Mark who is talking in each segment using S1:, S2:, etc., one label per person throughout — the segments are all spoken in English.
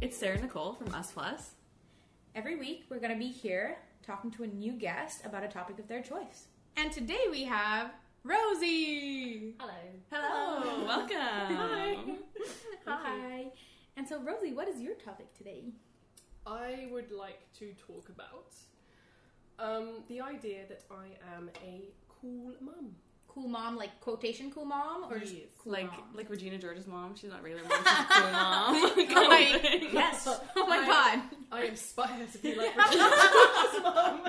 S1: It's Sarah Nicole from Us Plus.
S2: Every week, we're going to be here talking to a new guest about a topic of their choice. And today we have Rosie.
S3: Hello.
S1: Hello,
S2: Hello.
S1: welcome.
S2: Hi. And so, Rosie, what is your topic today?
S4: I would like to talk about um, the idea that I am a cool mum.
S2: Cool mom, like quotation cool mom, or just
S4: Yes.
S2: cool
S1: Like
S2: mom?
S1: like Regina George's mom. She's not a regular mom. She's a cool mom. Kind of
S2: Like,
S1: thing.
S2: yes. Oh my
S4: I-
S2: god.
S4: I aspire to be like Regina's mum.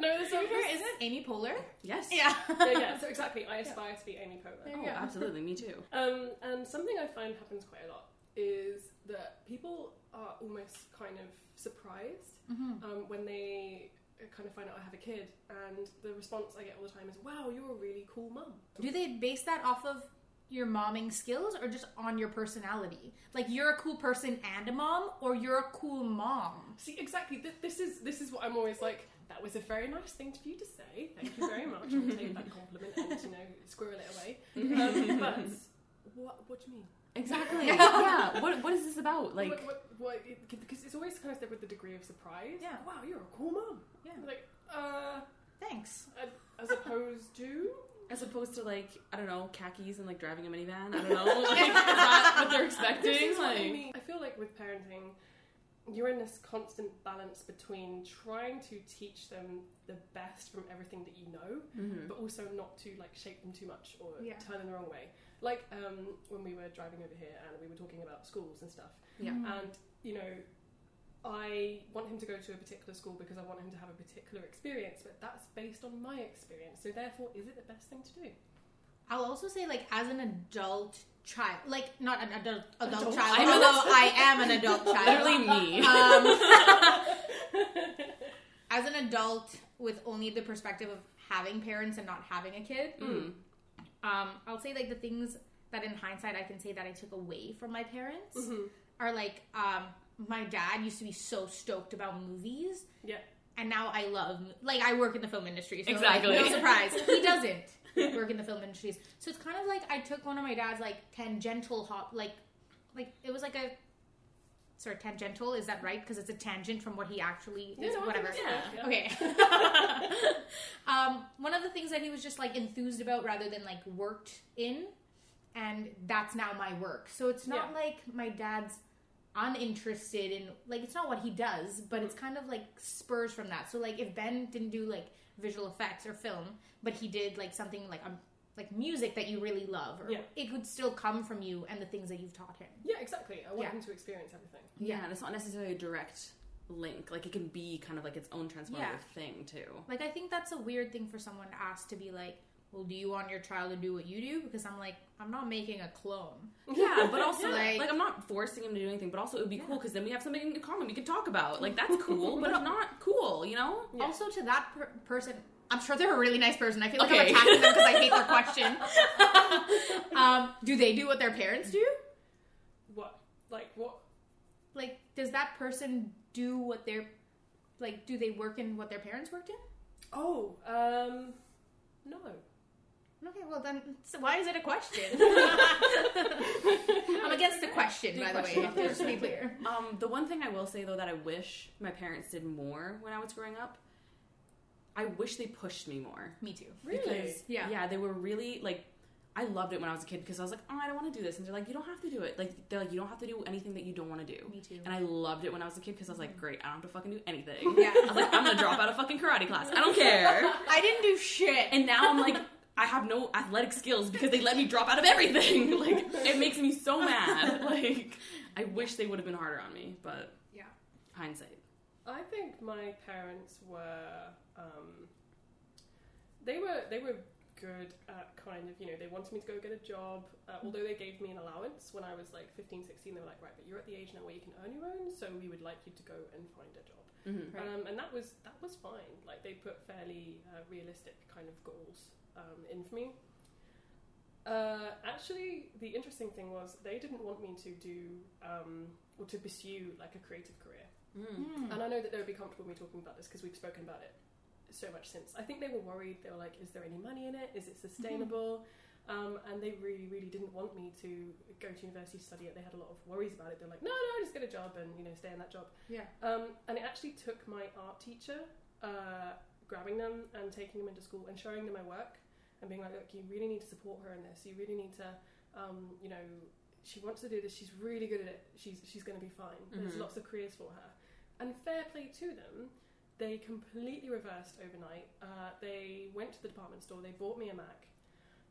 S4: no, this
S2: Here is it Amy Poehler?
S1: Yes.
S4: Yeah, yeah, so exactly. I aspire to be Amy Poehler.
S2: There
S1: Oh,
S2: you go.
S1: absolutely. Me too.
S4: Um, and something I find happens quite a lot is that people are almost kind of surprised
S2: Mm-hmm.
S4: um, when they kind of find out I have a kid, and the response I get all the time is, "Wow, you're a really cool mum."
S2: Do they base that off of your momming skills or just on your personality? Like you're a cool person and a mom, or you're a cool mom?
S4: See, exactly. Th- this is this is what I'm always like. That was a very nice thing for you to say. Thank you very much. I'll take that compliment and you know squirrel it away. Um, but what what do you mean?
S1: Exactly. yeah. What what is this about? Like
S4: what, what, what, it, because it's always kind of said with the degree of surprise.
S2: Yeah.
S4: Wow, you're a cool mum.
S2: Yeah.
S4: Like uh,
S2: Thanks.
S4: as opposed to
S1: as opposed to like I don't know khakis and like driving a minivan. I don't know. Like is that what they're
S4: This
S1: expecting?
S4: is what I
S1: Like
S4: mean. I feel like with parenting, you're in this constant balance between trying to teach them the best from everything that you know,
S1: Mhm.
S4: but also not to like shape them too much or
S2: Yeah.
S4: turn them the wrong way. Like um, when we were driving over here and we were talking about schools and stuff,
S1: Yeah.
S2: Mm-hmm. Mm.
S4: and you know. I want him to go to a particular school because I want him to have a particular experience, but that's based on my experience. So therefore, is it the best thing to do?
S2: I'll also say like as an adult child, like not an adult adult,
S4: Adult.
S2: child,
S1: I'm an
S2: although I am an adult
S1: mm-hmm. literally
S2: child.
S1: me.
S2: Um, as an adult with only the perspective of having parents and not having a kid,
S1: Mm.
S2: um, I'll say like the things that in hindsight I can say that I took away from my
S1: Mm-hmm.
S2: parents
S4: Mhm.
S2: are like um, my dad used to be so stoked about movies,
S4: Yeah.
S2: and now I love like I work in the film industry, so like,
S1: Exactly.
S2: no surprise he doesn't work in the film industry. So it's kind of like I took one of my dad's like tangential hop like like it was like a sorry tangential is that right because it's a tangent from what he actually
S4: Yeah,
S2: is
S4: no, I
S2: whatever
S4: understand.
S1: Yeah.
S2: Okay. um, one of the things that he was just like enthused about rather than like worked in, and that's now my work. So it's not like my dad's uninterested in like it's not what he does, but it's kind of like spurs from that. So like if Ben didn't do like visual effects or film, but he did like something like um like music that you really love, or
S4: Yeah.
S2: it could still come from you and the things that you've taught him.
S4: Yeah, exactly. I want
S2: Yeah.
S4: him to experience everything.
S1: Yeah, and it's not necessarily a direct link. Like it can be kind of like its own transformative
S2: Yeah.
S1: thing too.
S2: Like I think that's a weird thing for someone to ask to be like, well, do you want your child to do what you do? Because I'm like, I'm not making a clone.
S1: Yeah, but also
S2: Yeah.
S1: like,
S2: Like-
S1: I'm not forcing him to do anything, but also it would be cool because then we have something in common we can talk about. Like that's cool, but it's not cool, you know?
S4: Yeah.
S2: Also, to that per- person, I'm sure they're a really nice person. I feel like
S1: Okay.
S2: I'm attacking them because I hate their question. um, do they do what their parents do?
S4: What? Like what?
S2: Like, does that person do what their like? Do they work in what their parents worked in?
S4: Oh, um, no.
S2: Okay, well then, so why is it a question? I'm against the question, by the
S4: question
S2: way.
S4: out there.
S2: Just to be clear.
S1: Um, the one thing I will say though that I wish my parents did more when I was growing up, I wish they pushed me more.
S2: Me too.
S1: Because yeah.
S2: Yeah.
S1: they were really like I loved it when I was a kid because I was like, oh, I don't want to do this, and they're like, you don't have to do it. Like they're like, you don't have to do anything that you don't want to do.
S2: Me too.
S1: And I loved it when I was a kid because I was like, great, I don't have to fucking do anything.
S2: Yeah.
S1: I was like, I'm gonna drop out of fucking karate class. I don't care.
S2: I didn't do shit.
S1: And now I'm like, I have no athletic skills because they let me drop out of everything. Like, it makes me so mad. Like, I wish they would have been harder on me, but
S2: Yeah.
S1: hindsight.
S4: I think my parents were. Um, they were they were good at kind of you know they wanted me to go get a job. Uh, although they gave me an allowance when I was like 15, 16, they were like, right, but you're at the age now where you can earn your own, so we would like you to go and find a job.
S1: Mhm.
S2: Right.
S4: Um, and that was that was fine. Like they put fairly uh, realistic kind of goals um, in for me. Uh, actually, the interesting thing was they didn't want me to do um, or to pursue like a creative career.
S1: Mm.
S2: Hmm.
S4: And I know that they would be comfortable with me talking about this because we've spoken about it so much since. I think they were worried. They were like, "Is there any money in it? Is it sustainable?" Um, and they really, really didn't want me to go to university to study it. They had a lot of worries about it. They're like, no, no, just get a job and you know stay in that job.
S2: Yeah.
S4: Um, and it actually took my art teacher uh, grabbing them and taking them into school and showing them my work and being like, look, you really need to support her in this. You really need to, um, you know, she wants to do this. She's really good at it. She's she's going to be fine. There's
S1: Mhm.
S4: lots of careers for her. And fair play to them, they completely reversed overnight. Uh, they went to the department store. They bought me a Mac.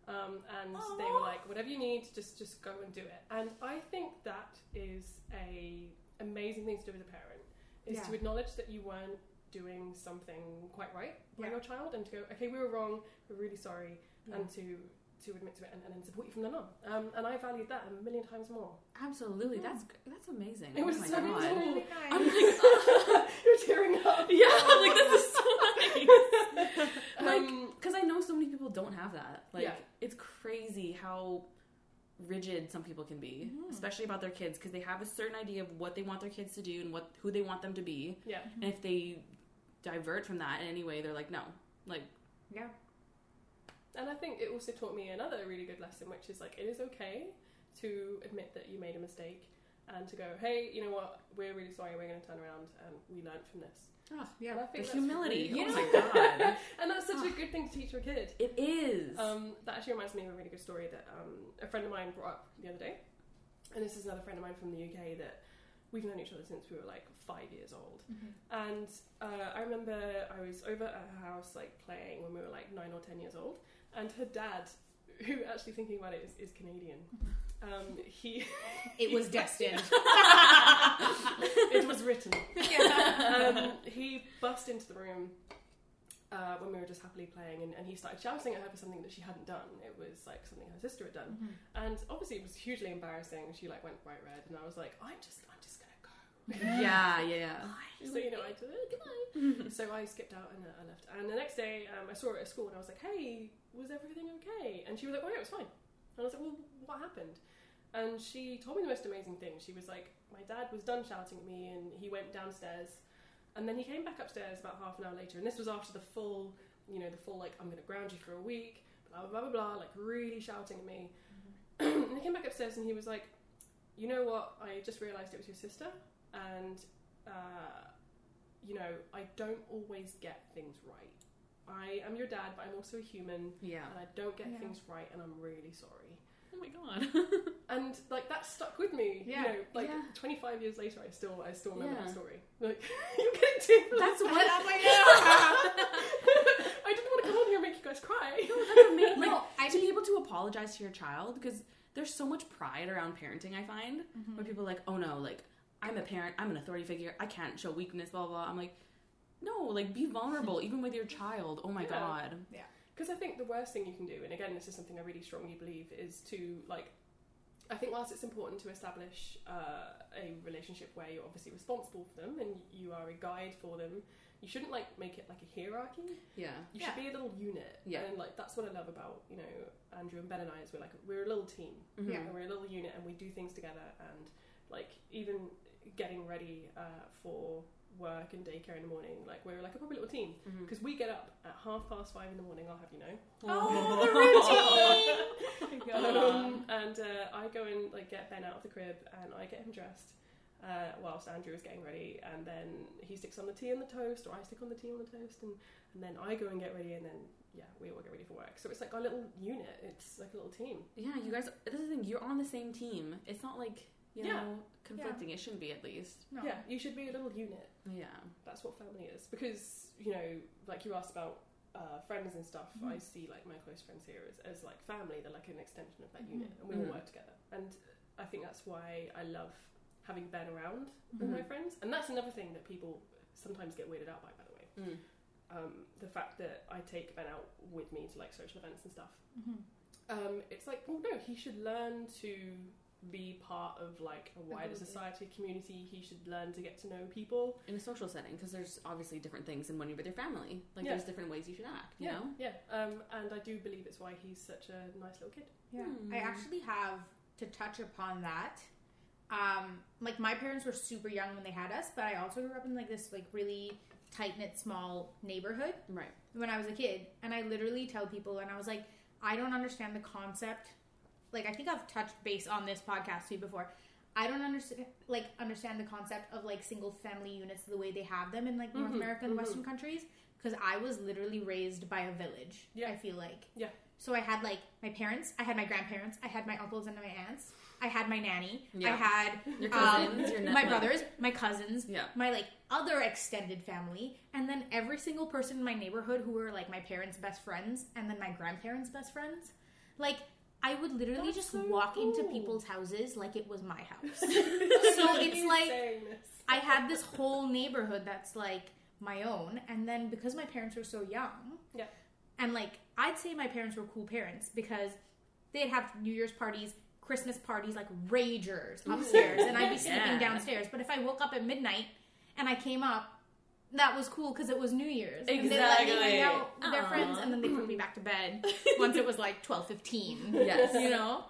S4: Um, and they were
S1: Aw.
S4: like, whatever you need, just just go and do it. And I think that is a amazing thing to do as a parent is to
S2: Yeah.
S4: acknowledge that you weren't doing something quite right by
S2: Yeah.
S4: your child and to go, okay, we were wrong. We're really sorry,
S2: Yeah.
S1: Mm.
S4: and to to admit to it and, and then support you from then on. Um, and I valued that a million times more.
S1: Absolutely.
S2: Mm.
S1: That's that's amazing.
S4: It was
S1: oh my
S4: so
S1: God.
S4: cool.
S2: Really
S1: I'm
S2: nice.
S1: like,
S4: You're tearing up.
S1: yeah, I'm like this is so nice. Like,
S4: Um,
S1: because I know so many people don't have that. Like,
S4: Yeah.
S1: it's crazy how rigid some people can be,
S2: Mhm.
S1: especially about their kids, because they have a certain idea of what they want their kids to do and what who they want them to be.
S4: yeah.
S1: And if they divert from that in any way, they're like, no, like,
S2: yeah.
S4: And I think it also taught me another really good lesson, which is like it is okay to admit that you made a mistake and to go, hey, you know what, we're really sorry, we're going to turn around and we learned from this. And I
S2: Yeah.
S1: the
S4: think that's
S1: humility.
S4: really-
S1: Oh my god,
S4: and that's such a good thing to teach your kid.
S1: it is.
S4: Um, that actually reminds me of a really good story that um, a friend of mine brought up the other day. And this is another friend of mine from the UK that we've known each other since we were like five years old. And uh, I remember I was over at her house like playing when we were like nine or ten years old. And her dad, who actually thinking about it is, is Canadian, um, he
S2: It was destined.
S4: it was written.
S2: yeah.
S4: um, he bust into the room uh, when we were just happily playing, and, and he started shouting at her for something that she hadn't done. It was like something her sister had done, and obviously it was hugely embarrassing. She like went bright red, and I was like, I'm just, I'm just gonna go.
S1: yeah, yeah, yeah.
S4: So you know, I did it. Goodbye. so I skipped out and uh, I left. And the next day, um, I saw her at school, and I was like, "Hey, was everything okay?" And she was like, "Oh yeah, it was fine." And I was like, "Well, what happened?" And she told me the most amazing thing. She was like, "My dad was done shouting at me, and he went downstairs, and then he came back upstairs about half an hour later. And this was after the full, you know, the full like, I'm going to ground you for a week, blah blah blah blah, blah like really shouting at me." and he came back upstairs, and he was like, "You know what? I just realised it was your sister, and." Uh, you know, I don't always get things right. I am your dad, but I'm also a human,
S1: Yeah.
S4: and I don't get
S2: Yeah.
S4: things right, and I'm really sorry.
S1: Oh my god.
S4: And like that stuck with me.
S2: Yeah.
S4: You know, like
S1: Yeah.
S4: 25 years later, I still I still remember
S1: Yeah.
S4: that story. Like you get it.
S1: That's
S2: And
S1: what.
S2: I'm like, "Ah."
S4: I didn't want to come on here and make you guys cry.
S1: That's amazing. Like,
S2: no, I
S1: to
S2: mean,
S1: be able to apologize to your child because there's so much pride around parenting i find where people are like oh no like i'm a parent i'm an authority figure i can't show weakness blah blah blah." i'm like no like be vulnerable even with your child oh my
S4: Yeah.
S1: god
S4: Because I think the worst thing you can do, and again, this is something I really strongly believe, is to like. I think whilst it's important to establish uh, a relationship where you're obviously responsible for them and you are a guide for them, you shouldn't like make it like a hierarchy.
S1: yeah
S4: You
S2: Yeah.
S4: should be a little unit,
S1: Yeah.
S4: and like that's what I love about you know Andrew and Ben and I is we're like we're a little team,
S1: Mhm.
S2: Yeah.
S4: and we're a little unit, and we do things together, and like even getting ready uh, for work and daycare in the morning, like we're like a proper little team
S1: Mhm.
S4: because we get up at half past five in the morning. I'll have you know.
S2: Oh, the Oh
S1: routine
S4: Um, and uh, I go and like get Ben out of the crib, and I get him dressed uh, whilst Andrew is getting ready, and then he sticks on the tea and the toast, or I stick on the tea and the toast, and, and then I go and get ready, and then yeah, we all get ready for work. So it's like our little unit. It's like a little team.
S1: yeah you guys this is the thing you're on the same team it's not like you
S4: Yeah.
S1: know conflicting it shouldn't be at least
S2: No.
S4: Yeah, you should be a little unit.
S1: yeah
S4: That's what family is, because you know, like you asked about. Uh, friends and stuff. I see like my close friends here as, as like family. They're like an extension of that
S2: Mhm.
S4: unit, and we
S1: Mhm.
S4: all work together. And I think that's why I love having Ben around all
S1: Mhm.
S4: my friends. And that's another thing that people sometimes get weirded out by, by the way.
S1: Mm.
S4: Um, the fact that I take Ben out with me to like social events and stuff.
S2: Mhm.
S4: Um, it's like, well, no, he should learn to be part of like a wider
S2: Absolutely.
S4: society community. He should learn to get to know people.
S1: in a social setting because there's obviously different things than when you're with your family like
S4: Yeah.
S1: there's different ways you should act you know
S4: yeah. Um, and I do believe it's why he's such a nice little kid.
S2: Yeah.
S1: Hmm.
S2: I actually have to touch upon that. Um, like my parents were super young when they had us, but I also grew up in like this like really tight knit small neighborhood
S1: right
S2: when I was a kid, and I literally tell people, and I was like, I don't understand the concept. Like I think I've touched base on this podcast too before. I don't understand like understand the concept of like single family units the way they have them in like North
S4: Mhm,
S2: America and
S4: mhm.
S2: Western countries because I was literally raised by a village.
S4: Yeah.
S2: I feel like
S4: Yeah.
S2: So I had like my parents, I had my grandparents, I had my uncles and my aunts, I had my nanny, I
S1: Yeah.
S2: had
S1: Your
S2: Um,
S1: cousins, your net,
S2: my
S1: like-
S2: brothers, my cousins,
S1: Yeah.
S2: my like other extended family, and then every single person in my neighborhood who were like my parents' best friends, and then my grandparents' best friends. Like I would literally
S4: That's
S2: just
S4: so
S2: walk into
S4: cool.
S2: people's houses like it was my house.
S4: so
S2: it's like- I had this whole neighborhood that's like my own, and then because my parents were so young,
S4: Yeah.
S2: and like I'd say my parents were cool parents because they'd have New Year's parties, Christmas parties, like ragers upstairs, and I'd be sleeping
S1: Yeah.
S2: downstairs. But if I woke up at midnight and I came up, that was cool because it was New Year's. And they'd let me hang
S1: Exactly.
S2: out with their
S1: Aw.
S2: friends, and then they put me back to bed once it was like twelve fifteen.
S1: Yes.
S2: You know,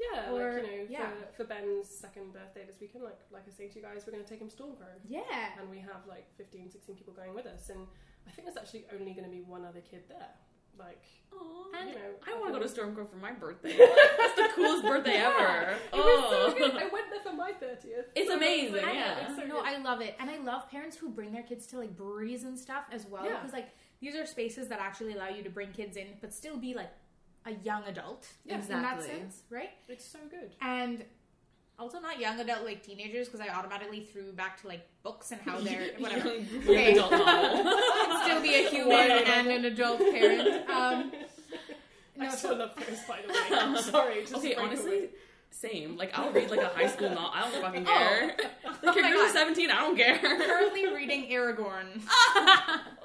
S4: Yeah,
S2: Or-
S4: like, you know,
S2: yeah.
S4: For, for Ben's second birthday this weekend, like like I say to you guys, we're going to take him to Stormgrove.
S2: yeah,
S4: And we have like 15, 16 people going with us. And I think there's actually only going to be one other kid there. Like,
S1: Aw.
S2: And
S4: you know.
S1: I want to
S4: think-
S1: go to Stormgrove for my birthday. That's the coolest birthday
S4: Yeah.
S1: ever.
S4: It was
S1: Oh.
S4: so good. I went there for my 30th.
S1: It's
S4: So
S1: amazing,
S4: like,
S1: yeah.
S4: it's so
S2: no,
S4: good.
S2: I love it, and I love parents who bring their kids to like breweries and stuff as well,
S4: Yeah.
S2: because like these are spaces that actually allow you to bring kids in, but still be like a young adult
S1: Yeah,
S2: in that
S1: exactly.
S2: sense, right?
S4: It's so good.
S2: And also not young adult like teenagers, because I automatically threw back to like books and how they're whatever.
S1: Young
S2: Okay.
S1: adult novel.
S2: I'd still be a human
S4: Whatever.
S2: and an adult parent. Um, no,
S4: I
S2: so-
S4: still love those, by the way. I'm sorry. Just
S1: okay,
S4: break
S1: honestly,
S4: away.
S1: same. Like I'll read like a high school novel. I don't fucking
S2: Oh.
S1: care. The
S2: my
S1: characters
S2: God.
S1: are seventeen. I don't care.
S2: currently reading Aragorn.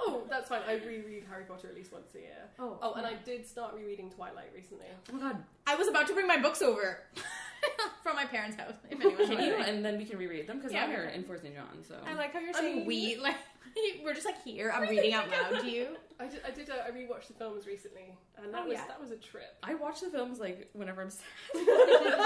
S4: Oh, that's fine. I reread Harry Potter at least once a year.
S2: Oh,
S4: Oh, and I did start rereading Twilight recently.
S1: Oh my god,
S2: I was about to bring my books over from my parents' house. If anyone's
S1: can you?
S2: wondering.
S1: And then we can reread them because
S2: Yeah,
S1: I'm
S2: we
S1: here
S2: can.
S1: in Fourth and John. So
S2: I like how you're
S4: I
S2: saying
S4: mean-
S2: we. Like we're just like here. I'm reading out loud to you.
S4: I did. I did. Uh, I rewatched the films recently, and that
S2: Oh,
S4: was
S2: yeah.
S4: that was a trip.
S1: I watch the films like whenever I'm sad.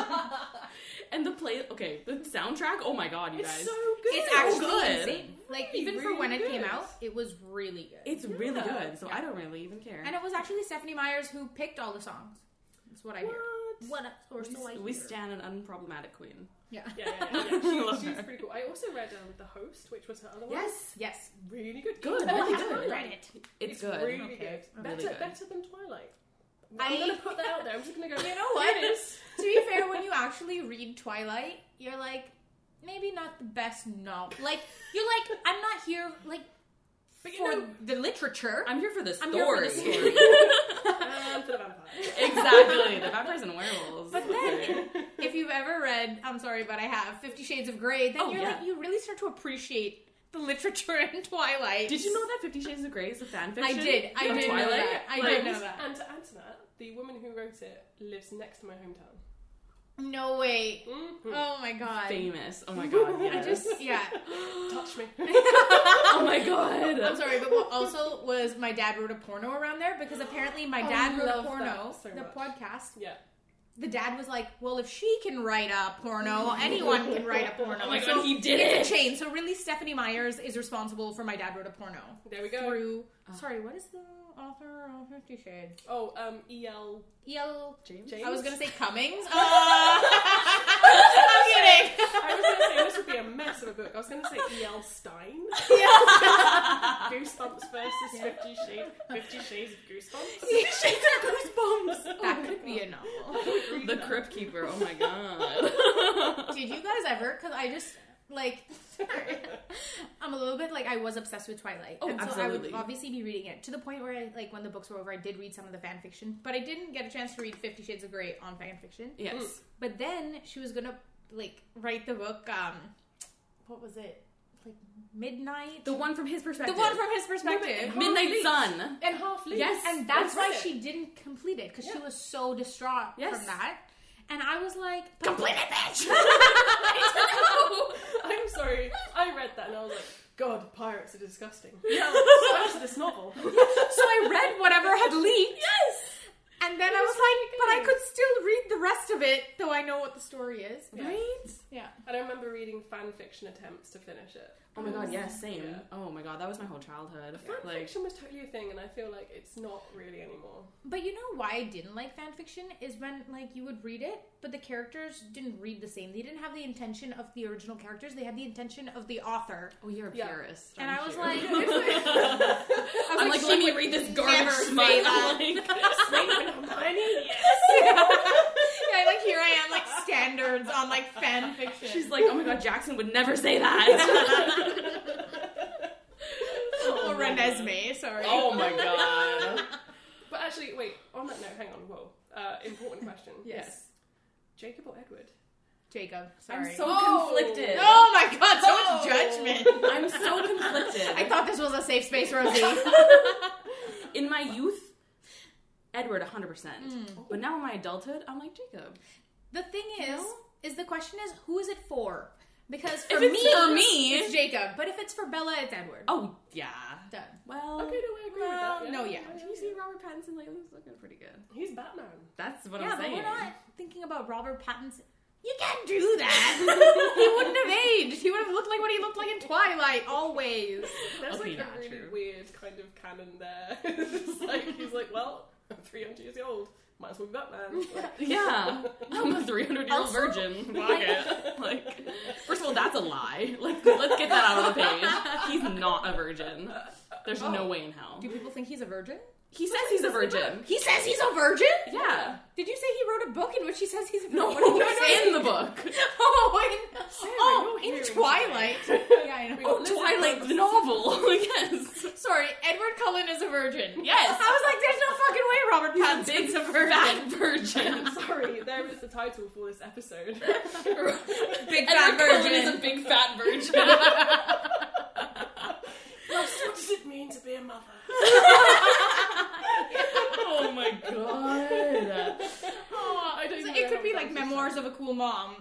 S1: and the play, okay, the soundtrack. Oh my god, you
S4: It's
S1: guys,
S4: so good.
S2: It's
S1: So
S2: actually
S1: good.
S2: insane. Like
S4: Really,
S2: even for
S4: really
S2: when it
S4: good.
S2: came out, it was really good.
S1: it's really
S4: Yeah.
S1: good. So I don't really even care.
S2: and it was actually Stephanie Myers who picked all the songs. That's what I hear.
S4: What?
S2: What? Or
S1: we,
S2: so I
S1: we
S2: hear.
S1: stand an unproblematic queen.
S2: Yeah.
S4: Yeah, yeah, yeah. yeah.
S1: Love
S4: She, she's
S1: her.
S4: pretty cool. I also read um, the host, which was her other one.
S1: Yes,
S2: Yes.
S4: really good.
S1: Good,
S4: And
S1: really
S4: I
S2: I
S4: haven't
S1: good.
S2: haven't
S4: read
S2: read
S4: it.
S2: it.
S1: it's, good.
S4: Really
S2: Okay.
S4: good.
S1: Really
S4: Better,
S1: good.
S4: better than Twilight.
S2: I-
S4: I'm gonna put that out there. I'm just gonna go.
S2: You know what?
S4: "Here it is."
S2: to be fair, when you actually read Twilight, you're like, maybe not the best novel. Like you're like, I'm not here like
S4: But you
S2: for
S4: know,
S2: the literature.
S1: I'm here for the
S2: I'm
S1: story.
S2: here for the story.
S4: and for the vampire.
S1: exactly, the vampires and werewolves.
S2: But then, if you've ever read, I'm sorry, but I have Fifty Shades of Grey, then
S1: Oh,
S2: you're
S1: yeah.
S2: like, you really start to appreciate the literature in Twilight.
S1: did you know that Fifty Shades of Grey is a fan
S2: I
S1: fiction?
S2: did. I
S1: of
S2: did know
S1: Twilight?
S2: that. I
S1: Like,
S2: did know that.
S4: And to add to that, the woman who wrote it lives next to my hometown.
S2: No way.
S4: Mm-hmm.
S2: Oh my god.
S1: Famous. Oh my god.
S4: I
S1: Yes.
S2: I just yeah.
S4: Mm-hmm. Touch me.
S1: oh my god.
S2: I'm sorry, but what also was my dad wrote a porno around there because apparently my
S4: Oh,
S2: dad wrote a
S4: love
S2: porno.
S4: that so
S2: the
S4: much.
S2: podcast.
S4: yeah.
S2: The dad was like, "Well, if she can write a porno, anyone can write a porno."
S1: Oh my
S2: So
S1: god, he did
S2: it's
S1: it.
S2: a chain. So really, Stephanie Myers is responsible for my dad wrote a porno.
S4: There we go.
S2: through.
S1: Uh.
S2: sorry, what is the author of Fifty Shades? E
S4: Oh, um, E.L.
S2: El.
S1: James.
S4: James?
S2: I was gonna say Cummings. Uh, I'm kidding.
S4: I was gonna say this would be a mess of a book. I was gonna say E.L. Stein. Goosebumps versus Fifty Shades. Fifty Shades of Goosebumps.
S1: goosebumps.
S2: That could be a novel.
S1: The Crypt Keeper. Oh my god.
S2: Did you guys ever? Because I just like. Sorry. I'm a little bit like I was obsessed with Twilight,
S1: Oh,
S2: and so I
S1: absolutely.
S2: would obviously be reading it to the point where I like when the books were over, I did read some of the fan fiction, but I didn't get a chance to read Fifty Shades of Grey on fan fiction.
S1: yes.
S2: But then she was gonna like write the book. Um, what was it? Like Midnight.
S1: The one from his perspective.
S2: The one from his perspective.
S4: from-
S1: Midnight
S4: Half-Leaf.
S1: Sun.
S4: And half leaf.
S1: Yes.
S2: and that's why
S4: That's it.
S2: she didn't complete it because she
S4: Yeah.
S2: was so distraught
S1: Yes.
S2: from that. And I was like, but-
S1: Complete it, bitch.
S4: I'm sorry. I read that and I was like, God, pirates are disgusting.
S1: Yeah.
S4: So much to this novel.
S2: So I read whatever had leaked. Yes. And then I was like, but I could still read the rest of it, though I know what the story is.
S4: Yeah.
S1: Right?
S2: Yeah.
S4: And I remember reading reading fan fiction attempts to finish it.
S1: Oh my god, yes, same.
S4: Yeah.
S1: Oh my god, that was my whole childhood.
S4: Fan
S1: Like,
S4: fiction was totally a thing, and I feel like it's not really anymore.
S2: But you know why I didn't like fan fiction is when like you would read it, but the characters didn't read the same. They didn't have the intention of the original characters. They had the intention of the author.
S1: oh, you're a
S4: Yeah.
S1: purist.
S2: And
S1: aren't
S2: I was
S1: you?
S2: like,
S1: I'm, like,
S2: she
S1: let me
S2: would
S1: read this
S2: never
S1: garbage
S2: say
S1: smut.
S2: that.
S1: I'm like,
S4: Snape and Hermione, yes.
S2: yeah, like here I am, like standards on like fan fiction.
S1: she's like, oh my god, Jackson would never say that.
S2: or Renesmee, Oh, sorry.
S1: oh my god.
S4: But actually, wait. On that note, hang on. Whoa. Uh, important question.
S1: Yes.
S4: Jacob or Edward?
S2: Jacob, sorry.
S1: I'm so
S4: Oh.
S1: conflicted.
S2: Oh my god, so
S4: Oh.
S2: much judgment.
S1: I'm so conflicted.
S2: I thought this was a safe space, Rosie.
S1: in my youth, Edward 100%.
S2: Mm.
S1: But now in my adulthood, I'm like Jacob.
S2: the thing is, is the question is who is it for? Because for
S1: If it's
S2: me,
S1: for me-
S2: it's Jacob. But if it's for Bella, it's Edward.
S1: Oh, yeah.
S2: Done.
S1: Well,
S4: Okay, Oh, no, I agree
S2: Well,
S4: with that.
S2: no, yeah.
S1: did you see Robert Pattinson lately? He's looking pretty good.
S4: He's Batman.
S1: That's what
S2: yeah,
S1: I'm
S2: but
S1: saying.
S2: we're not thinking about Robert Pattinson. You can't do that. he wouldn't have aged. He would have looked like what he looked like in Twilight, always.
S4: There's
S1: Okay,
S4: like
S1: yeah,
S4: a really
S1: true.
S4: weird kind of canon there. it's like he's like, well, I'm 300 years old. Might as well be Batman. Like,
S1: Yeah, I'm a 300 year old
S2: Also-
S1: virgin. Fuck it. Like, first of all, that's a lie. Like, let's get that out of the page. He's not a virgin.
S4: uh,
S1: There's no way in hell.
S2: Do people think he's a virgin?
S1: He says he's a virgin.
S2: He says he's a virgin?
S1: Yeah.
S2: Did you say he wrote a book in which he says he's a virgin?
S1: No,
S2: What did you say?
S1: it's in the book.
S2: Oh, in, oh,
S4: you're
S2: in
S4: hearing
S2: Twilight. yeah, I know.
S1: Oh, Twilight, the novel. yes.
S2: Sorry, Edward Cullen is a virgin.
S1: Yes.
S2: I was like, there's no fucking way Robert Pattinson's a
S1: Fat virgin.
S4: I'm sorry, there is the title for this episode.
S2: virgin. Big
S1: Edward
S2: fat
S1: Cullen is a
S2: virgin.
S1: big fat virgin.
S4: what does it mean to be a mother?
S1: oh my god.
S2: Aw,
S4: I don't
S2: so
S4: know
S2: it
S4: how
S2: could be like
S4: that's
S2: memoirs of a cool mom.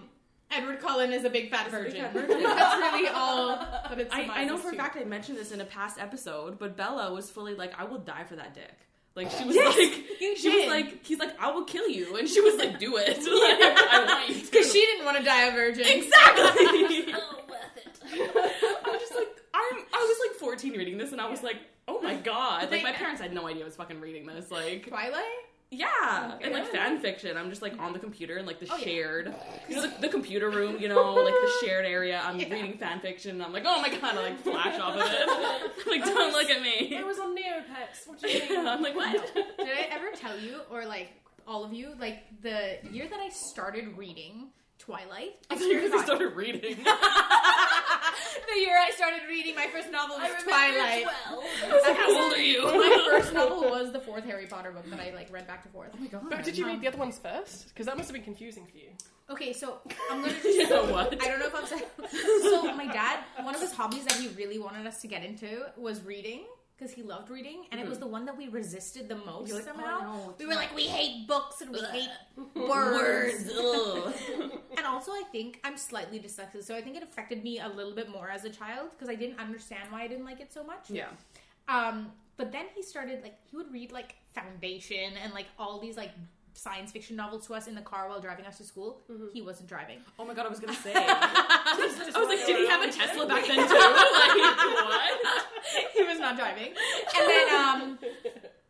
S2: Edward Cullen is a big fat virgin.
S1: fat virgin.
S2: That's really all that it's
S1: I, I know for a fact I mentioned this in a past episode, but Bella was fully like, I will die for that dick. Like she was
S2: Yes,
S1: like
S2: you
S1: she was
S2: did.
S1: like he's like, I will kill you and she was like, Do it. Like, I want you to.
S2: Because she didn't want to die a virgin.
S1: Exactly
S4: Like,
S1: I'm just like I'm I was like fourteen reading this and I was like, Oh my god. Like my
S2: Like-
S1: parents had no idea I was fucking reading this. Like
S2: Twilight?
S1: Yeah.
S2: Okay.
S1: And like fan fiction. I'm just like on the computer and like the
S2: Oh, yeah.
S1: shared you know the, the computer room, you know, like the shared area. I'm
S2: Yeah.
S1: reading fan fiction and I'm like, oh my god, I like flash off of it. like, don't look at me.
S4: it was on Neopets. What do you mean?
S1: I'm like, what?
S2: Did I ever tell you, or like all of you, like the year that I started reading Twilight?
S1: I thought you guys
S2: forgot.
S1: started reading.
S2: the year I started reading my first novel was Twilight.
S1: How old are you?
S2: my first novel was the fourth Harry Potter book that I like read back to forth.
S1: Oh my god.
S4: But did you read the other ones first? Because that must have been confusing for you.
S2: Okay, so I'm gonna just
S1: you know what?
S2: I don't know if I'm saying. So my dad, one of his hobbies that he really wanted us to get into was reading because he loved reading, and it was the one that we resisted the most
S1: Mm-hmm. You're like,
S2: somehow.
S1: "Oh, no,
S2: we were like, we hate books and we
S1: Ugh.
S2: hate
S1: Words.
S2: words.
S1: Ugh.
S2: And also, I think I'm slightly dyslexic, so I think it affected me a little bit more as a child because I didn't understand why I didn't like it so much.
S1: yeah.
S2: Um, but then he started like he would read like Foundation and like all these like science fiction novels to us in the car while driving us to school.
S1: Mm-hmm.
S2: He wasn't driving.
S1: Oh my god, I was gonna say. I was like, did he have a Tesla back then too? Like, what?
S2: he was not driving. And then um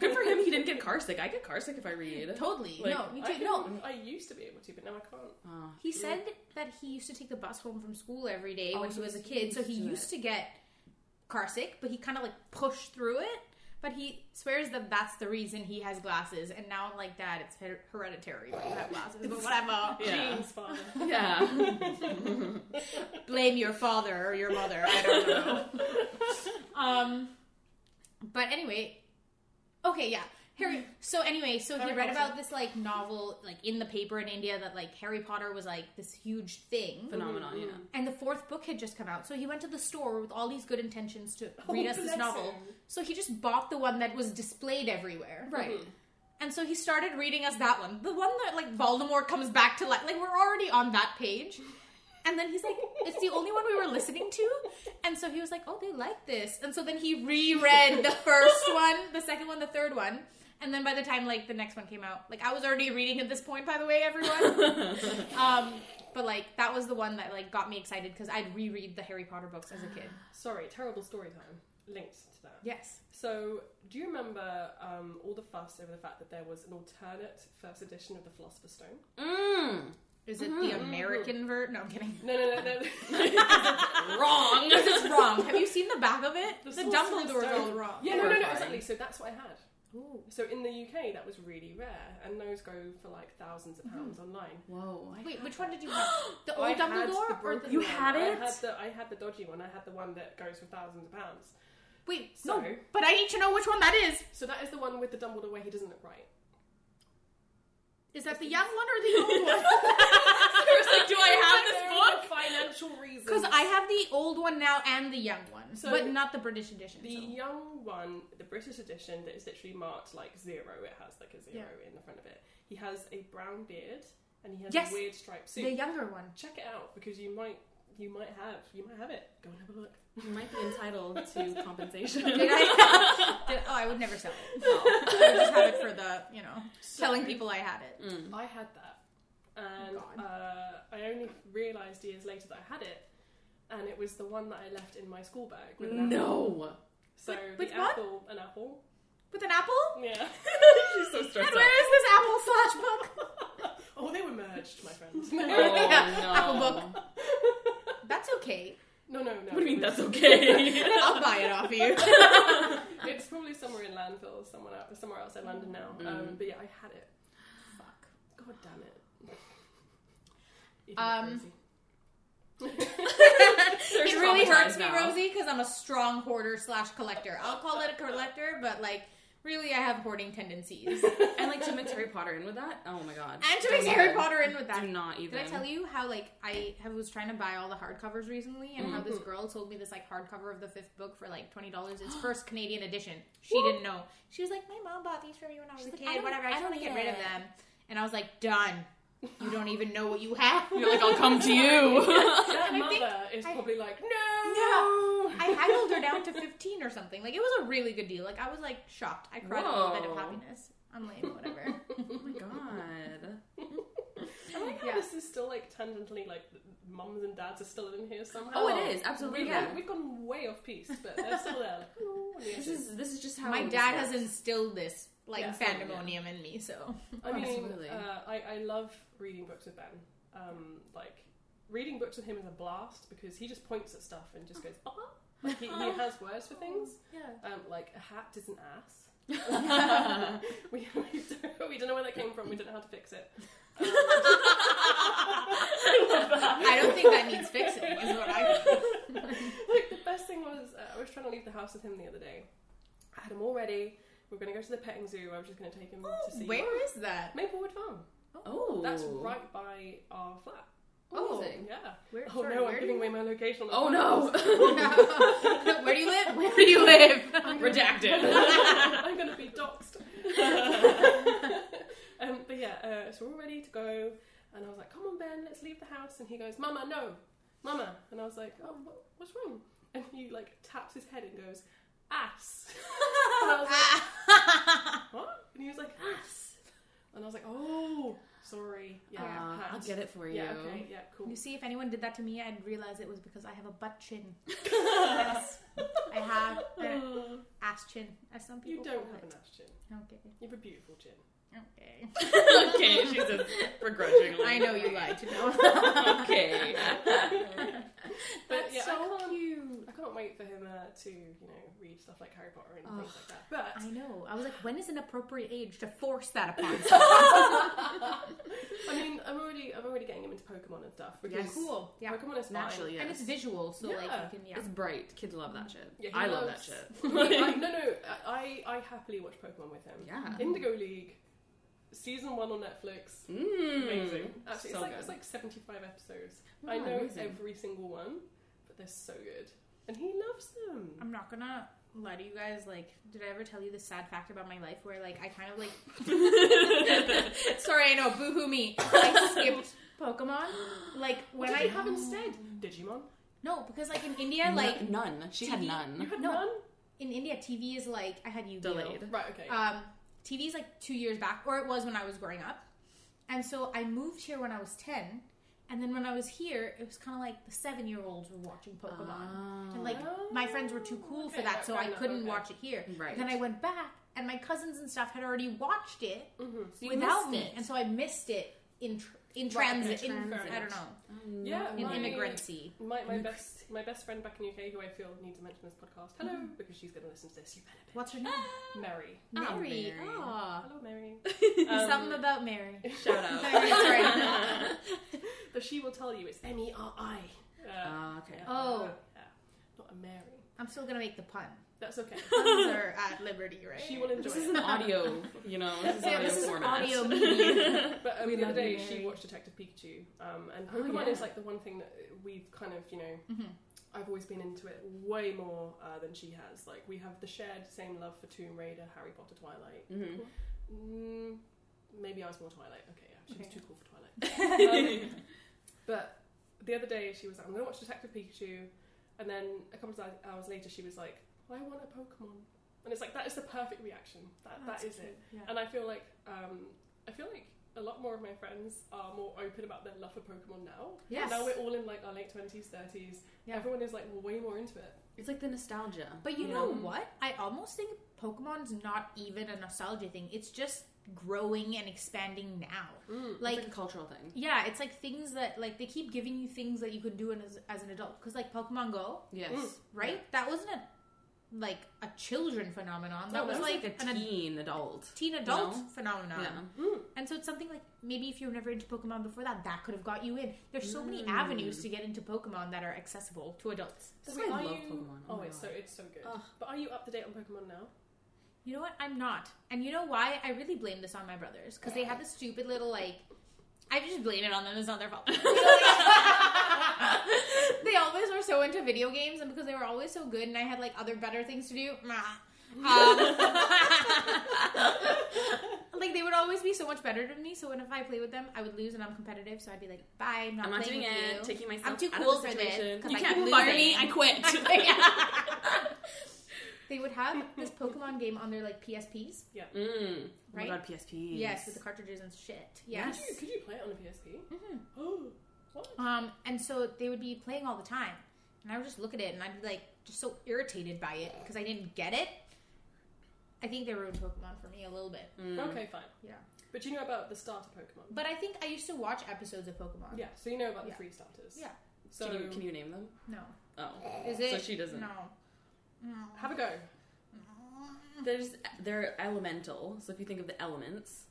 S1: Good for him. He didn't get car sick. I get car sick if I read.
S2: totally.
S1: Like,
S2: no, me
S4: I
S2: too.
S4: can-
S2: No.
S4: I used to be able to, but now I can't.
S1: Oh.
S2: He said that he used to take the bus home from school every day
S1: Oh,
S2: when
S1: he
S2: he was a
S1: was
S2: kid. So he
S1: used to
S2: used to get car sick, but he kind of like pushed through it. But he swears that that's the reason he has glasses. And now I'm like, Dad, it's her- hereditary. But you have glasses, but whatever.
S1: Yeah.
S4: Jeans, father.
S1: Yeah.
S2: blame your father or your mother. I don't know. um, but anyway, okay, yeah. Harry. So anyway, so he
S4: Harry
S2: read
S4: Potter.
S2: about this like novel, like in the paper in India, that like Harry Potter was like this huge thing,
S1: Phenomenon. Yeah.
S2: and the fourth book had just come out. So he went to the store with all these good intentions to
S4: Oh,
S2: read us this
S4: bless
S2: novel.
S4: him.
S2: So he just bought the one that was displayed everywhere, Mm-hmm.
S1: Right.
S4: Hmm.
S2: and so he started reading us that one. The one that like Voldemort comes back to life. Like we're already on that page. And then he's like, it's the only one we were listening to. And so he was like, oh, they like this. And so then he reread the first one, the second one, the third one. And then by the time like the next one came out, like I was already reading at this point, by the way, everyone. Um, but like that was the one that like got me excited because I'd reread the Harry Potter books as a kid.
S4: Sorry, terrible story time linked to that.
S2: Yes.
S4: So, do you remember um, all the fuss over the fact that there was an alternate first edition of the Philosopher's Stone?
S1: Mm.
S2: Is it
S1: Mhm.
S2: the American version? No, I'm kidding.
S4: No, no, no, no.
S1: Wrong.
S2: Because it's wrong. Have you seen the back of it?
S4: The
S2: The,
S4: Sorcerer's
S2: Dumbledore's
S4: Stone.
S2: all wrong.
S4: yeah, no, no, no,
S1: Horrifying.
S4: exactly. So that's what I had.
S2: Ooh.
S4: So in the UK, that was really rare, and those go for like thousands of pounds online.
S1: Whoa.
S2: Wait, which one did you have? The
S4: Oh, I
S2: old
S4: had
S2: Dumbledore or
S4: broken
S2: the
S1: You
S4: one.
S1: had it?
S4: I had the I had the dodgy one. I had the one that goes for thousands of pounds.
S2: Wait,
S4: So-
S2: no, but I need to know which one that is.
S4: So that is the one with the Dumbledore where he doesn't look right.
S2: Is that the young one or the old one?
S1: do I
S4: Like, there is a Financial reasons.
S2: Because I have the old one now and the young one,
S4: So-
S2: but not the British edition.
S4: The
S2: so.
S4: young one, the British edition that is literally marked like zero, it has like a zero in the front of it. He has a brown beard and he has
S2: Yes.
S4: a weird striped suit.
S2: The younger one.
S4: Check it out because you might you might have you might have it. Go and have a look.
S1: You might be entitled to compensation.
S2: Did I? did- oh, I would never sell it. I would just have it for the, you know, telling people I had it.
S1: Mm.
S4: I had that, and
S2: God.
S4: uh, I only realised years later that I had it, and it was the one that I left in my school bag with an apple.
S1: No.
S4: So
S2: With- with
S4: the
S2: what?
S4: apple, an apple.
S2: With an apple?
S4: Yeah.
S1: She's so
S2: And
S1: stressed
S2: where is this apple slash book?
S4: oh, they were merged, my friends.
S1: Oh.
S2: Apple book. That's okay.
S4: no, no, no.
S1: What do you mean that's
S4: okay?
S1: okay?
S2: I'll buy it off you.
S4: It's probably somewhere in landfill, somewhere out, somewhere else in London now. Um,
S1: Mm.
S4: but yeah, I had it.
S2: Fuck.
S4: God damn it. Idiot
S2: Um,
S4: crazy.
S2: it really hurts
S1: traumatized
S2: me,
S1: now.
S2: Rosie, because I'm a strong hoarder slash collector. I'll call it a collector, but like, really, I have hoarding tendencies.
S1: and like to mix Harry Potter in with that? Oh my god.
S2: And to
S1: Don't
S2: mix Harry
S1: even.
S2: Potter in with that.
S1: Do not even.
S2: Did I tell you how like I have, was trying to buy all the hardcovers recently, and how this
S1: Mm-hmm.
S4: Mhm.
S2: girl sold me this like hardcover of the fifth book for like twenty dollars? It's first Canadian edition. She didn't know. She was like, "My mom bought these for me when I was
S1: She's
S2: a
S1: like,
S2: kid.
S1: "I don't-
S2: whatever. I
S1: I
S2: just
S1: don't
S2: want to get
S1: need
S2: rid of
S1: it."
S2: them." And I was like, "Done. You don't even know what you have."
S1: You're like, I'll come to you.
S4: that
S2: And I think
S4: mother is
S2: I-
S4: probably like, no.
S2: No. I haggled her down to fifteen or something. Like it was a really good deal. Like I was like shocked. I cried a little bit of
S1: Whoa.
S2: happiness. I'm lame. Whatever.
S1: oh my god.
S4: I like how
S2: Yeah.
S4: this is still like tangentially like mums and dads are still in here somehow.
S1: Oh, it is absolutely.
S4: We've,
S1: Yeah.
S4: gone, we've gone way off piece, but they're still there. Like, hello. and yes,
S1: This is this is just how
S2: My
S1: it
S2: dad
S1: works.
S2: has instilled this like
S4: Yeah.
S2: pandemonium in me. So
S4: I mean,
S1: Absolutely.
S4: uh, I, I love reading books with Ben. Um, like, reading books with him is a blast because he just points at stuff and just goes, ah. Like, he, he has words for things.
S2: yeah.
S4: Um, like, a hat is an ass. we, we, don't, we don't know where that came from. We don't know how to fix it. Um, I love that.
S2: I don't think that needs fixing. Is what I.
S4: Um, like the best thing was uh, I was trying to leave the house with him the other day. I had him all ready. We were going to go to the petting zoo. I was just going to take him
S2: Oh,
S4: to see
S2: where is that?
S4: Maplewood Farm.
S1: Oh,
S4: That's right by our flat.
S2: Oh.
S1: Amazing.
S4: Yeah.
S2: Where,
S4: Oh
S2: sorry,
S4: no,
S2: where
S4: I'm
S2: do
S4: giving
S2: you-
S4: away my location. on the
S1: Oh
S4: podcast.
S1: no.
S2: No. where do you live? Where do you live?
S1: Redacted.
S4: I'm going to be doxxed. um, but yeah, uh, so we're all ready to go. And I was like, come on, Ben, let's leave the house. And he goes, Mama, no, Mama. And I was like, oh, wh- what's wrong? And he like taps his head and goes, ass. and I was like, what? And he was like, ass. And I was like, oh, sorry. Yeah,
S1: Uh, I'll
S4: ass."
S1: get it for you.
S4: Yeah, okay, yeah, cool.
S2: you see, if anyone did that to me, I'd realize it was because I have a butt chin. yes, I have an ass chin, as some
S4: You
S2: people.
S4: don't
S2: call
S4: have an
S2: it.
S4: ass chin.
S2: Okay.
S4: You have a beautiful chin.
S2: Okay.
S1: okay, she says begrudgingly.
S2: I know you lied to know.
S1: okay.
S4: But
S2: That's
S4: yeah, I
S2: so
S4: can't-
S2: cute.
S4: I can't wait for him uh, to, you know, read stuff like Harry Potter and
S1: Ugh.
S4: things like that. But
S2: I know. I was like, when is an appropriate age to force that upon someone?
S4: I mean, I'm already, I'm already getting him into Pokemon and stuff. Because
S1: Yes.
S2: cool. Yeah.
S4: Pokemon is fine.
S1: Naturally, yes.
S2: And it's visual, so
S4: Yeah.
S2: like you can yeah.
S1: It's bright. Kids love that shit.
S4: Yeah, he
S1: I love that
S4: loves-
S1: shit.
S4: I, no, no, I, I happily watch Pokemon with him.
S1: yeah.
S4: Indigo League, season one on Netflix.
S1: Mm.
S4: Amazing. Actually,
S1: So
S4: it's like
S1: good.
S4: it's like 75 episodes.
S1: Oh,
S4: I know
S1: amazing.
S4: every single one, but they're so good, and he loves them.
S1: Um,
S2: I'm not gonna lie to you guys. Like, did I ever tell you the sad fact about my life where like I kind of like? Sorry, I know. Boohoo me. I skipped Pokemon. Like when
S4: what did
S2: I
S4: you have instead?
S1: Oh.
S4: Digimon.
S2: no, because like in India, like
S1: N- none. She had
S2: TV
S4: You
S1: none.
S4: had
S2: No.
S4: none.
S2: in India, TV is like I had Yu Gi Oh.
S1: Delayed.
S4: Right. Okay.
S2: Um, TV is like two years back, or it was when I was growing up, and so I moved here when I was ten, And then when I was here, it was kind of like the seven year olds were watching Pokemon.
S1: Oh.
S2: And like my friends were too cool for that, so I couldn't watch it here.
S1: Right.
S2: Then I went back, and my cousins and stuff had already watched it
S4: hmm
S1: So you
S2: without
S1: missed
S2: me,
S1: it.
S2: and so I missed it in tr- in
S1: Right, in
S2: transit. in,
S1: transit.
S2: I don't know
S4: Yeah,
S2: in
S4: Right.
S2: immigrancy.
S4: My, my
S1: Immigrant.
S4: best my best friend back in UK, who I feel needs to mention this podcast. Hello,
S2: Mm-hmm.
S4: because she's going to listen to this. You benefit.
S2: What's her name?
S4: Mary.
S2: Ah, Mary.
S1: Mary.
S2: Ah, Um,
S4: Hello, Mary. Um,
S2: something about Mary.
S1: Shout out.
S2: Sorry.
S4: But she will tell you it's M E R I. Uh,
S1: Ah, okay.
S4: yeah.
S2: Oh.
S4: Yeah. Not a Mary.
S2: I'm still gonna make the pun.
S4: That's okay.
S2: Puns are at liberty, right?
S4: She will enjoy
S1: This
S4: it.
S1: is an audio, you know. This is
S2: Yeah,
S1: audio
S2: this is an
S1: format.
S2: audio medium.
S4: But um,
S1: We
S4: the other
S1: love you,
S4: day,
S1: Mary.
S4: she watched Detective Pikachu, um, and
S1: Oh,
S4: Pokemon
S1: yeah.
S4: is like the one thing that we've kind of, you know,
S2: Mhm.
S4: I've always been into it way more uh, than she has. Like we have the shared same love for Tomb Raider, Harry Potter, Twilight.
S1: Mhm.
S4: Mm, maybe I was more Twilight. Okay, yeah, she was
S2: Okay.
S4: too cool for Twilight. um, but the other day, she was like, "I'm gonna watch Detective Pikachu," and then a couple of hours later, she was like, "I want a Pokemon," and it's like that is the perfect reaction. That that is it. And I feel like um, I feel like a lot more of my friends are more open about their love for Pokemon now.
S2: Yes.
S4: Now we're all in like our late twenties, thirties.
S2: Yeah.
S4: Everyone is like way more into it.
S1: It's like the nostalgia.
S2: But you
S4: Yeah.
S2: know
S1: Mm-hmm.
S2: what? I almost think Pokemon's not even a nostalgia thing. It's just growing and expanding now.
S1: like,
S2: Like,
S1: a cultural thing.
S2: yeah, it's like things that like they keep giving you things that you could do in, as, as an adult. Because like Pokemon Go,
S1: Yes.
S4: Mm.
S2: right? That wasn't a like a children phenomenon. That
S4: No,
S2: was
S4: that was
S2: like,
S1: a
S2: an ad-
S1: teen adult.
S2: teen adult
S1: No.
S2: phenomenon.
S1: Yeah.
S4: Mm.
S2: And so it's something like maybe if you were never into Pokemon before that, that could have got you in. There's so many
S1: Mm.
S2: avenues to get into Pokemon that are accessible to adults.
S1: That's
S4: Wait,
S1: why I
S4: are
S1: love
S4: you-
S1: Pokemon. Oh
S4: Oh,
S1: my
S4: it's so
S1: God.
S4: it's so good.
S1: Ugh.
S4: But are you up to date on Pokemon now?
S2: You know what? I'm not. And you know why? I really blame this on my brothers because they had this stupid little like. I just blame it on them. It's not their fault. they always were so into video games, and because they were always so good, and I had like other better things to do. meh. Um, like they would always be so much better than me. So when if I play with them, I would lose, and I'm competitive. So I'd be like, "Bye, not
S1: I'm not
S2: playing
S1: doing
S2: with
S1: it.
S2: you."
S1: Taking myself
S2: I'm too
S1: out
S2: cool
S1: of
S2: for
S1: the
S2: this,
S1: situation.
S2: 'cause
S1: you
S2: I
S1: can't
S2: keep
S1: fire
S2: losing.
S1: me. I quit.
S2: they would have this Pokemon game on their like PSPs,
S1: mm.
S2: Right?
S1: Oh my God, PSP.
S2: yes, with the cartridges and shit. Yes.
S4: Could you, could you play it on a PSP?
S2: Mhm.
S4: Oh, what?
S2: Um, and so they would be playing all the time, and I would just look at it, and I'd be like, just so irritated by it because I didn't get it. I think they ruined Pokemon for me a little bit,
S1: Mm.
S4: Okay, fine.
S2: Yeah.
S4: But you know about the starter Pokemon?
S2: but I think I used to watch episodes of Pokemon.
S4: Yeah. So you know about the
S2: Yeah.
S4: three starters.
S2: Yeah.
S4: So
S1: can, you, can you name them?
S2: No,
S1: Oh.
S2: is it?
S1: So she doesn't.
S2: No. No.
S4: have a go.
S1: There's they're elemental. So if you think of the elements,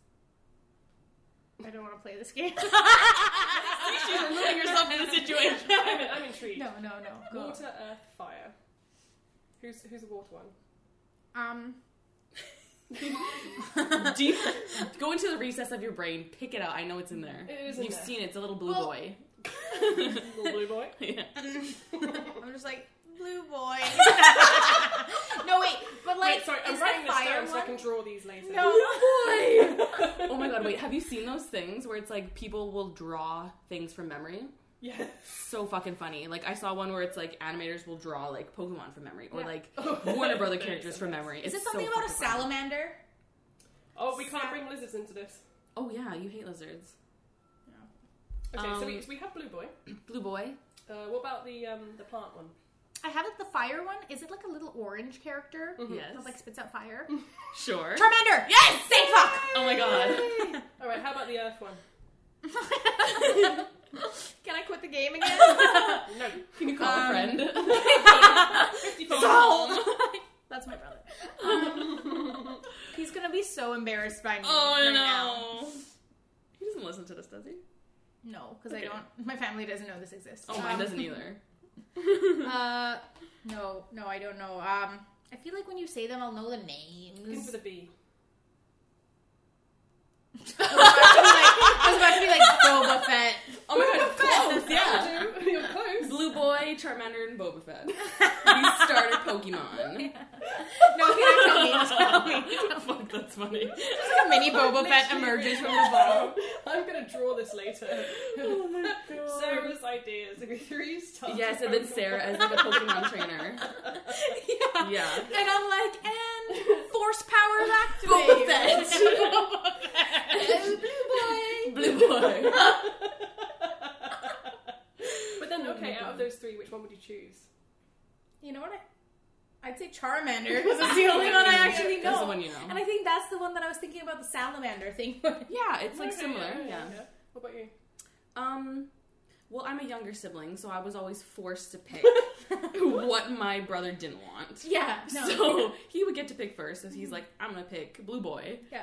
S2: I don't want to play this game.
S1: she's removing herself from the situation.
S4: I'm, I'm intrigued.
S2: no, no, no. Go.
S4: Water, earth, fire. Who's who's the water one?
S2: Um,
S1: Deep. Go into the recess of your brain. Pick it out. I know it's in there.
S4: It is in
S1: You've
S4: there.
S1: seen it. It's a little blue
S2: Well-
S1: boy.
S4: Little blue boy.
S1: Yeah.
S2: I'm just like blue boy. no wait, but like,
S4: Wait, sorry, I'm
S2: is that
S4: writing this
S2: fire
S4: down
S2: one?
S4: so I can draw these later.
S2: No.
S1: Oh my god, wait, have you seen those things where it's like people will draw things from memory?
S4: Yes.
S1: So fucking funny. Like I saw one where it's like animators will draw like Pokemon from memory or
S2: Yeah.
S1: like
S4: Oh.
S1: Warner Brother
S4: That is
S1: characters from
S4: amazing.
S1: memory.
S2: Is it
S1: It's so
S2: something about a
S1: fucking funny.
S2: salamander?
S4: Oh, we can't bring lizards into this.
S1: Oh yeah, you hate lizards.
S4: Okay, so,
S1: Um,
S4: we, so we have blue boy.
S1: Blue boy.
S4: Uh, what about the um, the plant one?
S2: I have like the fire one. Is it like a little orange character
S1: Yes.
S2: that like spits out fire?
S1: Sure.
S2: Charmander. Yes. Thank fuck.
S1: Oh my god.
S4: All right, how about the earth one?
S2: Can I quit the game again?
S4: No,
S1: Can you call a
S2: Um,
S1: friend?
S2: Sold. That's my brother. Um, he's gonna be so embarrassed by me. right Now.
S1: Oh, He doesn't listen to this, does he?
S2: No, because
S1: Okay.
S2: I don't. My family doesn't know this exists.
S1: Oh, mine
S2: Um,
S1: doesn't either. Oh
S2: Uh, no, no, I don't know. Um, I feel like when you say them, I'll know the
S4: begins
S2: names.
S4: with a B.
S2: I was about to be like, I was about to be like Boba Fett.
S1: Oh my god, close, yeah.
S4: Blue, You're close.
S1: Blue Boy, Charmander, and Boba Fett. We started Pokemon.
S2: No, he didn't tell me. Just tell me.
S1: Fuck, that's funny.
S2: Like a mini Boba Fett emerges from the ball.
S4: I'm gonna draw this later.
S1: Oh my
S4: Sarah's ideas. Three stars.
S1: Yes, and then Sarah as like a Pokemon trainer.
S2: Yeah.
S1: Yeah.
S2: And I'm like, and force powers
S1: Boba
S2: activated.
S1: Fett.
S2: And Blue boy.
S1: Blue Boy.
S4: Okay, out of those three, which one would you choose?
S2: You know what? I, I'd say Charmander because it's the only one I actually
S1: That's the
S2: know.
S1: one you know.
S2: And I think that's the one that I was thinking about the salamander thing.
S1: yeah, it's like
S4: Okay,
S1: similar. yeah.
S4: What about you?
S1: Um, well, I'm a younger sibling, so I was always forced to pick what my brother didn't want.
S2: yeah, no.
S1: So he would get to pick first, so he's like, "I'm gonna pick Blue Boy,"
S2: yeah.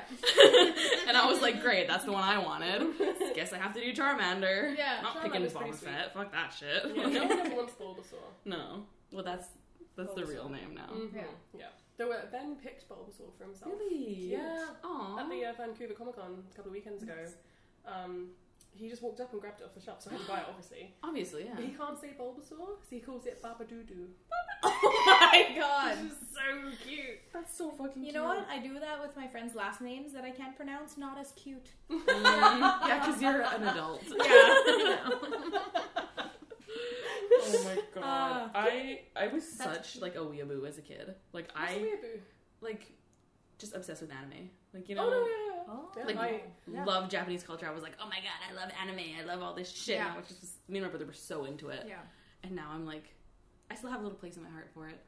S1: and I was like, "Great, that's the one I wanted." Guess I have to do Charmander.
S2: Yeah,
S1: not picking
S4: Charmander's pretty
S1: Boba
S4: sweet.
S1: Fett. Fuck that shit.
S4: Yeah, no one ever wants Bulbasaur.
S1: no, well, that's that's the
S4: Bulbasaur.
S1: real name now.
S4: Yeah. Mm-hmm. yeah. There were, ben picked Bulbasaur for himself.
S1: Mm. Really?
S4: Yeah.
S1: Aww.
S4: At the uh, Vancouver Comic Con a couple of weekends ago, um, he just walked up and grabbed it off the shelf, so I had to buy it, obviously.
S1: Obviously, yeah.
S4: But he can't say Bulbasaur, so he calls it Babadoodoo.
S2: oh my god.
S4: Which is so cute.
S1: That's so fucking.
S2: You know what? I do that with my friends' last names that I can't pronounce. Not as cute.
S1: yeah, because you're an adult.
S4: oh my
S2: God. Ah.
S1: I I was
S2: That's-
S1: such like a weeaboo as a kid. Like
S4: What's a
S1: I
S4: weeaboo?
S1: like just obsessed with anime. Like you
S4: Oh, no,
S1: know,
S4: yeah, yeah.
S2: Oh.
S4: Yeah,
S1: Like-
S4: I,
S2: yeah.
S1: love Japanese culture. I was like, oh my god, I love anime. I love all this shit.
S2: Yeah.
S1: And I was just me and my brother were so into it.
S2: Yeah.
S1: And now I'm like, I still have a little place in my heart for it.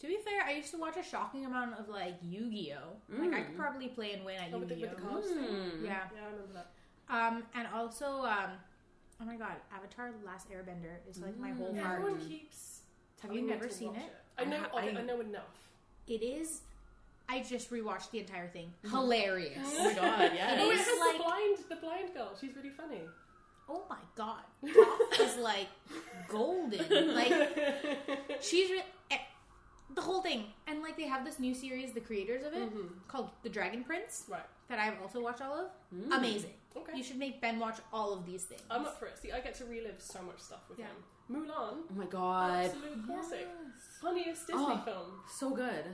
S2: To be fair, I used to watch a shocking amount of like Yu-Gi-Oh. Like I
S1: Mm.
S2: could probably play and win at
S4: Oh, with the-
S2: Yu-Gi-Oh.
S4: with the cards thing?
S1: Mm.
S2: Yeah.
S4: yeah, I remember that.
S2: Um, and also, um, oh my god, Avatar: The Last Airbender is like my whole
S1: Mm.
S2: heart.
S4: Everyone keeps.
S2: Have
S4: telling
S2: you
S4: me
S2: never
S4: Oh, to
S2: seen
S4: watch
S2: it?
S4: I know.
S1: I-
S4: of it, I know enough.
S2: It is. I just rewatched the entire thing. Hilarious.
S1: Oh my god, yes.
S4: Oh, it
S2: is
S4: has
S2: like-
S4: the blind, the blind girl. She's really funny.
S2: oh my god, Toph is like golden. Like she's re- eh, the whole thing. And like they have this new series, the creators of it,
S1: Mm-hmm.
S4: Mhm.
S2: called The Dragon Prince,
S4: Right.
S2: that I've also watched all of.
S1: Mm.
S2: Amazing.
S4: Okay.
S2: You should make Ben watch all of these things.
S4: I'm up for it. See, I get to relive so much stuff with
S2: Yeah.
S4: him. Mulan,
S1: Oh my god,
S4: absolute classic,
S2: Yes.
S4: funniest Disney
S1: Oh.
S4: film.
S1: so good.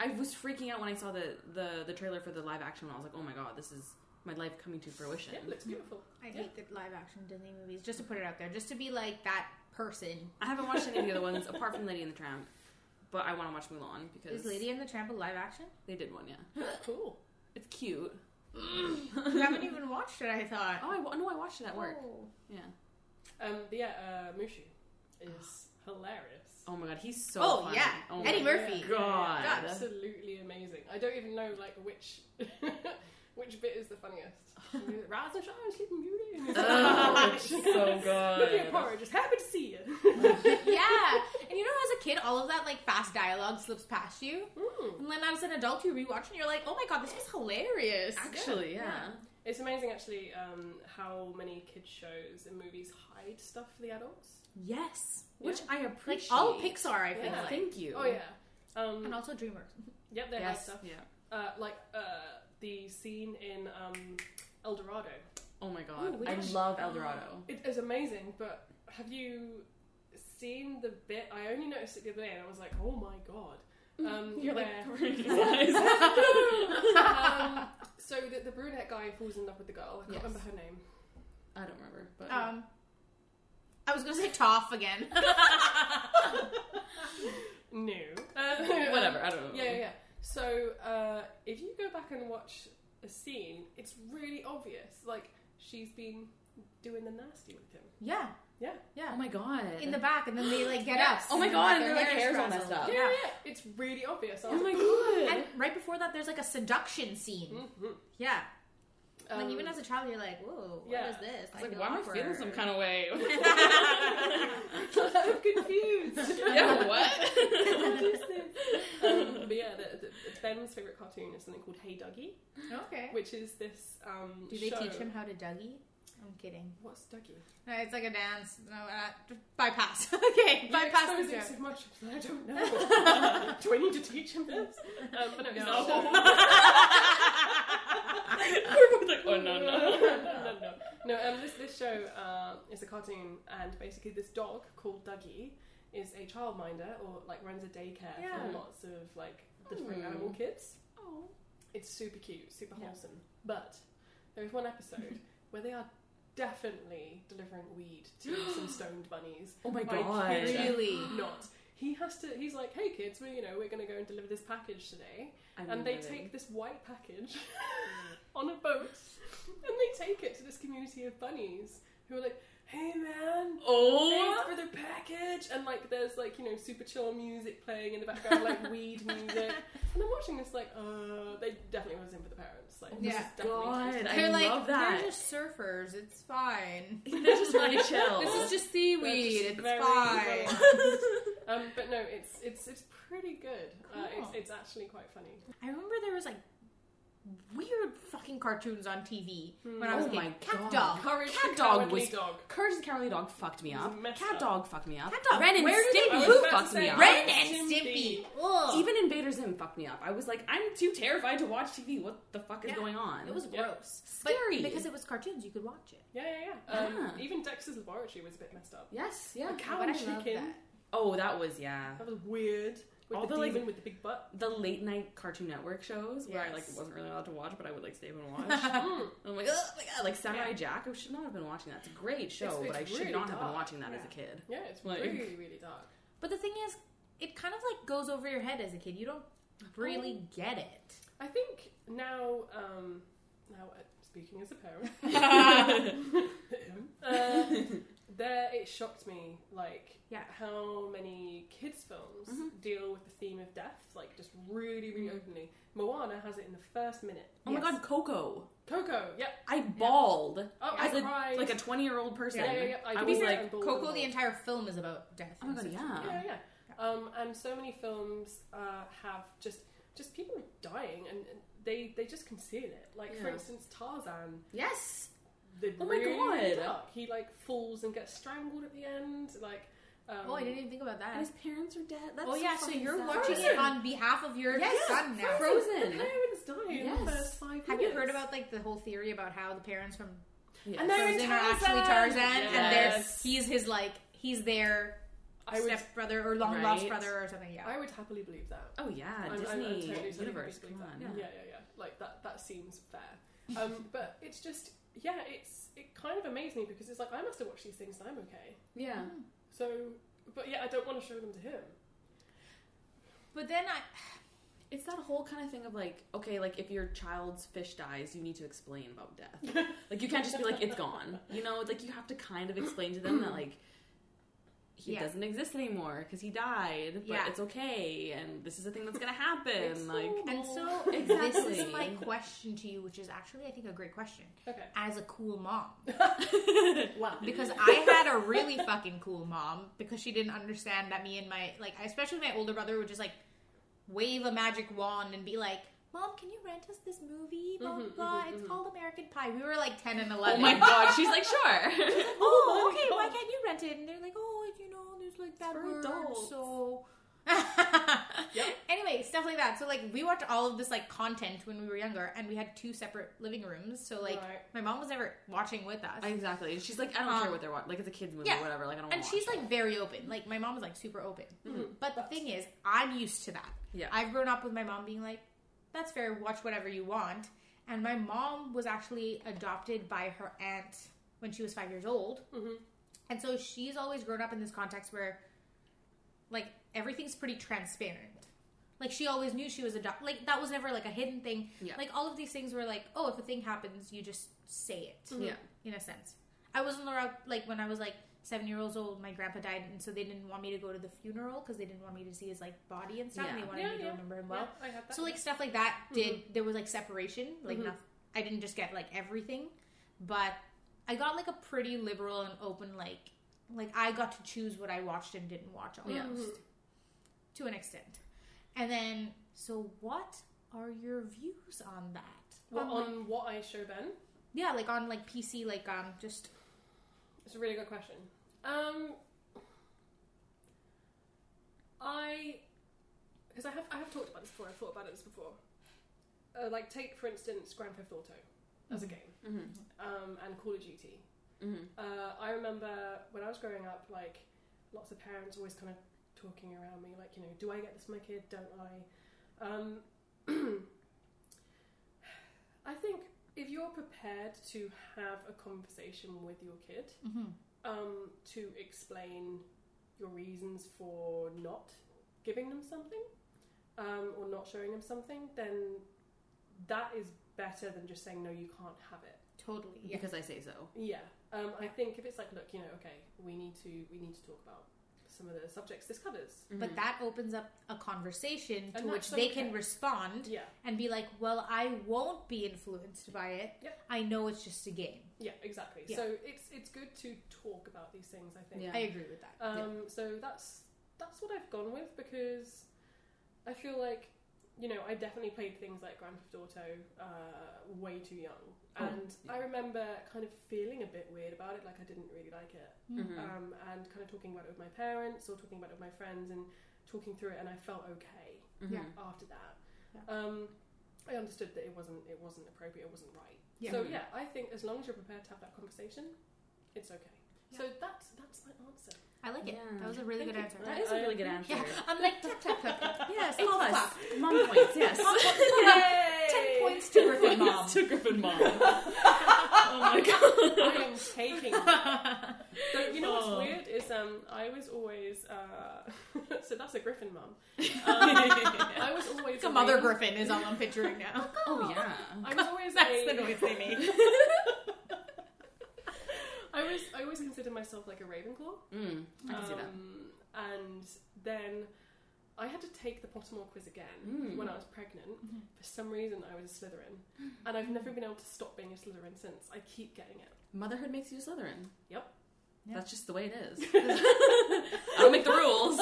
S1: I was freaking out when I saw the the the trailer for the live action. One. I was like, oh my god, this is my life coming to fruition.
S4: Yeah, it looks beautiful.
S2: I
S4: Yeah.
S2: hate that live action Disney movies. Just to put it out there, just to be like that person.
S1: I haven't watched any of the other ones apart from Lady and the Tramp, but I want to watch Mulan because
S2: Is Lady and the Tramp a live action?
S1: they did one. Yeah,
S4: Cool.
S1: it's cute.
S2: You haven't even watched it, I thought.
S1: Oh, I wa- no, I watched it at work.
S2: Oh.
S1: Yeah.
S4: Um, but yeah, uh, Mushu is hilarious.
S1: Oh my god, he's so.
S2: Oh,
S1: funny.
S2: yeah.
S1: Oh my
S2: Eddie Murphy.
S4: Yeah,
S1: God.
S4: yeah, absolutely amazing. I don't even know like which which bit is the funniest. Rise and shine, Sleeping Beauty.
S1: Oh, it's so
S4: Looking at
S1: good.
S4: Porridge, just happy to see you.
S2: yeah. And you know, as a kid, all of that like fast dialogue slips past you,
S4: Mm.
S2: and then as an adult, you rewatch and you're like, oh my god, this is hilarious.
S1: Actually, yeah.
S2: Yeah.
S4: It's amazing actually um, how many kids shows and movies hide stuff for the adults.
S2: Yes.
S1: Which I
S2: Like
S1: appreciate.
S2: all Pixar, I
S1: Like,
S2: feel
S4: Yeah.
S2: like,
S1: Thank you.
S4: Oh yeah. Um,
S2: and also DreamWorks.
S4: Yep, they hide
S1: Yes.
S4: stuff.
S1: Yeah.
S4: Uh, like uh, the scene in um, El Dorado.
S1: Oh my god,
S4: Ooh, we
S1: I
S4: actually-
S1: love El Dorado.
S4: It is amazing, but have you seen the bit? I only noticed it the other day, and I was like, oh my god.
S1: Mm.
S4: Um, where- um, so the, the brunette guy falls in love with the girl. I can't
S1: Yes.
S4: remember her name.
S1: I don't remember, but
S2: Um, I was gonna say Toph again.
S4: No. Uh,
S1: whatever. I don't know.
S4: Yeah, yeah. yeah. So uh, if you go back and watch a scene, it's really obvious. Like she's been doing the nasty with him.
S2: yeah.
S4: Yeah.
S1: Oh
S2: Yeah.
S1: my god.
S2: In the back, and then they like get up.
S4: Yes.
S1: Oh my
S2: and,
S1: god,
S2: like,
S1: and their like, hair's all
S2: frazzled.
S1: messed up.
S4: Yeah, yeah. yeah. It's really obvious. I
S1: Oh
S4: was
S1: my
S4: like,
S1: god.
S2: And right before that, there's like a seduction scene.
S4: Mhm.
S2: Yeah.
S4: Um,
S2: like even as a child, you're like, "Whoa,
S4: yeah.
S2: what is this?"
S1: I was like, why am I feeling some kind of way?
S4: I'm confused.
S1: yeah, what?
S4: What is this? Um, but yeah, the, the, Ben's favorite cartoon is something called Hey Dougie,
S2: Okay.
S4: which is this. Um,
S2: Do they
S4: show-
S2: teach him how to Dougie? I'm kidding.
S4: What's Dougie?
S2: No, it's like a dance. No, uh, just bypass. okay,
S4: You
S2: bypass the
S4: expose him
S2: joke.
S4: so much. I don't know. Do I need to teach him this? Um, but no,
S1: No.
S4: It's a show.
S1: Everyone's like, oh no,
S4: no,
S1: no.
S4: no, no. No, um, this, this show uh, is a cartoon, and basically, this dog called Dougie is a childminder or like runs a daycare
S2: Yeah.
S4: for lots of like different
S1: Hmm.
S4: animal kids.
S1: Oh.
S4: It's super cute, super
S2: Yeah.
S4: wholesome. But there is one episode where they are definitely delivering weed to some stoned bunnies.
S1: Oh my
S4: I
S1: god.
S4: kid you
S2: Really?
S4: Not. He has to. He's like, hey kids, we you know we're going to go and deliver this package today
S1: I'm
S4: and they
S1: livid.
S4: take this white package on a boat and they take it to this community of bunnies who are like, hey man,
S1: Oh
S4: thanks for the village, and like there's like you know super chill music playing in the background, like weed music. And I'm watching this like, uh, they definitely was in for the parents. Like, this
S2: Yeah.
S4: is definitely
S1: God, I
S2: They're like,
S1: love that.
S2: they're just surfers. It's fine.
S1: They're just really chill.
S2: This is just
S4: They're
S2: seaweed.
S4: just very
S2: it's fine.
S4: relaxed.
S1: Oh
S4: um, but no, it's it's it's pretty good. Uh,
S2: Cool.
S4: it's, it's actually quite funny.
S2: I remember there was like weird fucking cartoons on TV when I was
S1: Oh
S2: a kid.
S1: my
S2: Cat
S1: God.
S2: dog.
S4: Courage
S1: Cat
S4: the
S1: dog
S4: Cowardly
S1: was-
S4: Mm. dog.
S1: Courage the Cowardly Dog fucked me
S4: It was
S1: up.
S4: messed
S1: Cat
S4: up.
S1: Dog fucked me up.
S2: Cat dog.
S1: Ren and
S2: Where did
S1: Stimpy
S2: they-
S4: I was
S1: who
S4: about to
S1: fucked
S4: say,
S1: me up.
S2: Ren and
S4: Stimpy.
S2: Stimpy. Ugh.
S1: Even Invader Zim fucked me up. I was like, I'm too terrified to watch TV. What the fuck is
S2: Yeah.
S1: going on?
S2: it was
S4: Yeah.
S2: gross.
S1: Scary.
S2: But because it was cartoons, you could watch it.
S4: Yeah, yeah, yeah. Um,
S2: Ah.
S1: Yeah.
S4: Even Dexter's Laboratory was a bit messed up.
S1: yes, yeah.
S4: The cow
S2: But I
S4: and
S2: love
S4: chicken.
S2: that.
S1: Oh, that was yeah.
S4: That was weird. With
S1: All
S4: the,
S1: the, like-
S4: demon with the big butt.
S1: The late night Cartoon Network shows where I like
S2: Yes.
S1: wasn't really allowed to watch, but I would like stay up and watch.
S4: Mm.
S1: I'm like, oh my god, like Samurai
S4: Yeah.
S1: Jack. I should not have been watching that. It's a great show,
S4: It's-
S1: but I
S4: it's
S1: should
S4: really
S1: not have been
S4: dark.
S1: watching that as
S2: Yeah.
S1: a kid.
S4: Yeah, it's
S1: Like-
S4: really, really dark.
S2: But the thing is, it kind of like goes over your head as a kid. You don't really get it.
S4: I think now, um, now uh, speaking as a parent,
S1: Mm-hmm.
S4: uh,
S1: Oh
S4: there it shocked me like
S2: Yeah.
S4: how many kids' films
S1: Mhm.
S4: deal with the theme of death, like just really, really
S1: Mm-hmm.
S2: Mhm.
S4: openly. Moana has it in the first minute.
S1: Oh my
S2: Yes.
S1: god, Coco.
S4: Coco, yeah,
S1: I bawled
S4: oh,
S1: as
S4: I
S1: a
S4: cried.
S1: like a twenty year old person.
S4: yeah, yeah, yeah.
S1: I
S4: bawled
S1: was
S4: and
S1: like,
S4: bawled and
S2: Coco,
S4: bawled.
S2: the entire film is about death.
S1: Oh my god,
S2: and sex.
S1: yeah.
S4: yeah, yeah. Um, and so many films uh, have just just people dying, and and they they just conceal it. Like for
S1: Yeah.
S4: instance, Tarzan.
S1: Yes.
S4: The
S1: Oh my
S4: really
S1: God.
S4: dark. He like falls and gets strangled at the end. Like, um,
S2: Oh, I didn't even think about
S1: And
S2: that.
S1: his parents are dead. That's
S2: oh yeah, so
S1: fucking
S2: you're
S1: sad.
S2: watching
S4: Frozen.
S2: it on behalf of your
S1: Yes,
S2: son now.
S1: Frozen.
S4: The parents die in the
S1: Yes.
S4: first five
S2: Have you
S4: minutes.
S2: heard about like the whole theory about how the parents from
S1: Yes.
S4: And they're in
S2: Frozen are actually Tarzan
S4: Tarzan.
S2: and they're
S1: Yes.
S2: he's his like he's their
S4: I would,
S2: stepbrother or long lost
S1: Right.
S2: brother or something. Yeah.
S4: I would happily believe that.
S1: Oh yeah,
S4: I'm- I'm- I'm
S1: Disney
S4: totally- totally
S1: universe.
S4: believe
S1: Come
S4: that.
S1: on.
S4: Yeah, yeah, yeah, yeah. Like that. That seems fair. Um, but it's just, yeah, it's it kind of amazed me because it's like I must have watched these things and I'm okay.
S1: Yeah.
S4: So, but yeah, I don't want to show them to him.
S2: But then I
S1: It's that whole kind of thing of like, okay, like if your child's fish dies, you need to explain about death. like you can't just be like, it's gone. You know, like you have to kind of explain to them that like he
S2: Yeah.
S1: doesn't exist anymore because he died, but
S2: Yeah.
S1: it's okay, and this is a thing that's gonna happen.
S4: It's
S1: like,
S4: normal.
S2: and so this
S1: Exactly.
S2: is my question to you, which is actually I think a great question.
S4: Okay.
S2: As a cool mom. well, because I had a really fucking cool mom because she didn't understand that me and my like especially my older brother would just like wave a magic wand and be like Mom, can you rent us this movie? Blah blah.
S4: Mhm,
S2: blah.
S4: mhm,
S2: It's
S4: mhm.
S2: called American Pie. We were like ten and
S1: Mm-hmm, oh
S2: eleven.
S1: my god, she's like, sure.
S2: oh,
S4: my
S2: okay, why
S4: God.
S2: can't you rent it? And they're like, oh, you know, there's like that
S1: for
S2: word,
S1: adults.
S2: so.
S4: Yep.
S2: Anyway, stuff like that. So like we watched all of this like content when we were younger, and we had two separate living rooms. So like
S4: Right.
S2: my mom was never watching with us,
S1: exactly. And she's like, I don't
S2: Um,
S1: care what they're watching. Like it's a kids movie,
S2: yeah.
S1: or whatever. Like I don't.
S2: and
S1: wanna
S2: she's
S1: watch Mm-hmm.
S2: like very open. Like my mom was like super open.
S4: Mhm.
S2: But the thing is, I'm used to that.
S1: Yeah.
S2: I've grown up with my mom being like, "That's fair. Watch whatever you want." And my mom was actually adopted by her aunt when she was five years old.
S4: Mhm.
S2: And so she's always grown up in this context where, like, everything's pretty transparent. Like, she always knew she was a doc. Like, that was never, like, a hidden thing.
S1: Yeah.
S2: Like, all of these things were like, oh, if a thing happens, you just say it,
S1: Yeah.
S2: in a sense. I wasn't around, like, when I was, like, seven years old, my grandpa died, and so they didn't want me to go to the funeral because they didn't want me to see his, like, body and stuff. and
S1: Yeah.
S2: they wanted
S4: Yeah,
S2: me to
S4: yeah.
S2: remember him well.
S4: yeah, I had that.
S2: So like stuff like that did
S4: Mm-hmm.
S2: there was like separation like
S4: Mhm.
S2: noth- I didn't just get like everything, but I got like a pretty liberal and open like like I got to choose what I watched and didn't watch almost
S1: Yeah.
S2: to an extent. And then so what are your views on that?
S4: Well,
S2: On, like-
S4: on what I show Ben,
S2: yeah, like on like PC like um just
S4: it's a really good question. Um, I because I have I have talked about this before. I've thought about this before. Uh, like take for instance Grand Theft Auto as a
S2: Mm-hmm.
S4: game,
S1: Mhm.
S4: um, and Call of Duty.
S1: Mhm.
S4: Uh, I remember when I was growing up, like lots of parents always kind of talking around me, like you know, do I get this for my kid? Don't I? Um, I think if you're prepared to have a conversation with your kid
S2: mhm.
S4: um, to explain your reasons for not giving them something um, or not showing them something, then that is better than just saying no, you can't have it.
S2: totally yeah.
S4: Mm-hmm.
S1: because I say so.
S4: Yeah, um, I think if it's like, look, you know, okay, we need to we need to talk about some of the subjects this covers.
S1: Mm-hmm.
S2: But that opens up a conversation to
S4: And
S2: which
S4: that's
S2: they
S4: okay.
S2: can respond
S4: Yeah,
S2: and be like, well, I won't be influenced by it.
S4: Yep.
S2: I know it's just a game.
S4: yeah, exactly.
S2: Yeah.
S4: So it's it's good to talk about these things. I think.
S1: Yeah.
S2: I agree with that.
S4: Um, So that's that's what I've gone with because I feel like you know I definitely played things like Grand Theft Auto uh, way too young,
S1: Oh,
S4: and I remember kind of feeling a bit weird about it, like I didn't really like it,
S2: Yeah.
S1: Mhm.
S4: um, and kind of talking about it with my parents or talking about it with my friends and talking through it, and I felt okay
S1: Mhm.
S2: uh, Yeah.
S4: after that.
S2: Mm-hmm. Yeah.
S4: Um, I understood that it wasn't it wasn't appropriate, it wasn't right.
S2: Yeah. Mm-hmm.
S4: So
S1: Mhm.
S4: yeah, I think as long as you're prepared to have that conversation, it's okay. So that's that's my answer.
S2: I like it.
S1: Yeah.
S2: That was a really
S4: Thank
S2: good
S4: you.
S2: answer.
S1: That is a
S4: I
S1: really good
S4: appreciate
S1: answer.
S2: Yeah, I'm like tap tap tap. tap. Yes,
S1: A
S2: all
S1: plus.
S2: clap.
S1: Mom points, yes.
S2: Ten points to Griffin Mom.
S1: to Griffin Mom. oh my god.
S4: I am taking. So you know
S1: Oh.
S4: what's weird is um I was always uh, so that's a Griffin mum. Um, I was always
S2: Like a mother
S4: arranged-
S2: griffin is all I'm picturing now.
S1: Oh yeah.
S4: I was always
S2: That's
S4: a-
S2: the noise they make.
S4: I was I always considered myself like a Ravenclaw.
S1: Mm, I can see that.
S4: Um, And then I had to take the Pottermore quiz again
S1: Mm.
S4: when I was pregnant.
S2: Mhm.
S4: For some reason, I was a Slytherin, and I've never been able to stop being a Slytherin since. I keep getting it.
S1: Motherhood makes you a Slytherin.
S4: Yep.
S2: Yeah.
S1: That's just the way it is. I don't make the rules.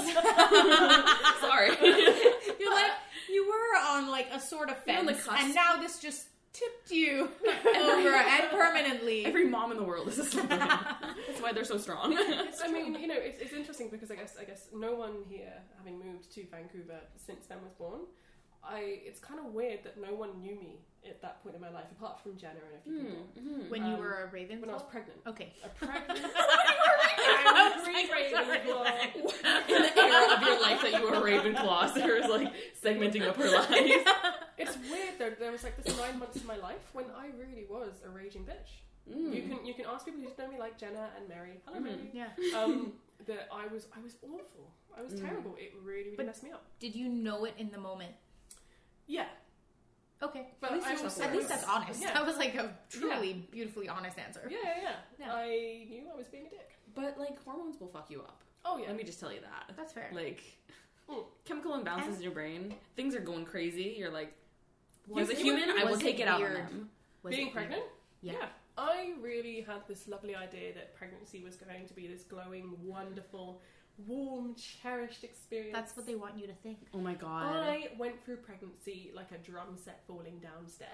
S1: Sorry.
S2: You're like you were on like a sort of
S1: You're on the
S2: fence,
S1: cusp.
S2: and now this just tipped you over and permanently.
S1: Every mom in the world is a Slytherin. That's why they're so strong.
S4: I mean, you know, it's, it's interesting because I guess I guess no one here, having moved to Vancouver since Ben was born, I it's kind of weird that no one knew me at that point in my life apart from Jenna and a few people
S1: Mm-hmm.
S2: when you
S4: Um,
S2: were a raven.
S4: when I was pregnant.
S2: okay.
S4: A pregnant.
S2: I was like,
S4: Ravenclaw.
S1: In the era of your life that you were a Ravenclaw, Sarah's like segmenting up her life.
S4: It's weird though. There was like this nine months of my life when I really was a raging bitch.
S2: Hmm.
S1: Mm.
S4: You can you can ask people who know me like Jenna and Mary. Hello,
S1: Mhm.
S4: Mary.
S2: Yeah.
S4: Um, that I was I was awful. I was
S2: Hmm.
S1: Mm.
S4: terrible. It really really
S2: But-
S4: messed me up.
S2: Did you know it in the moment?
S4: Yeah,
S2: Okay.
S4: but
S1: At least
S4: I
S1: you're
S4: was-
S1: self-aware.
S2: At least that's honest.
S4: Yeah.
S2: That was like a truly beautifully honest answer.
S4: Yeah, yeah, yeah,
S2: Yeah.
S4: I knew I was being a dick.
S1: But like hormones will fuck you up.
S4: Oh yeah.
S1: Let me just tell you that.
S2: That's fair.
S1: Like
S4: Mm.
S1: chemical imbalances
S2: Hmm. And-
S1: in your brain. Things are going crazy. You're like,
S2: Was
S1: as a
S2: it-
S1: human, I will
S2: was
S1: take it out on
S2: weird?
S1: them.
S2: Was
S4: being
S2: it
S4: pregnant?
S2: Yeah.
S4: I really had this lovely idea that pregnancy was going to be this glowing, wonderful, warm, cherished
S2: weird?
S4: experience.
S2: That's what they want you to think.
S1: Oh my god.
S4: I went through pregnancy like a drum set falling downstairs.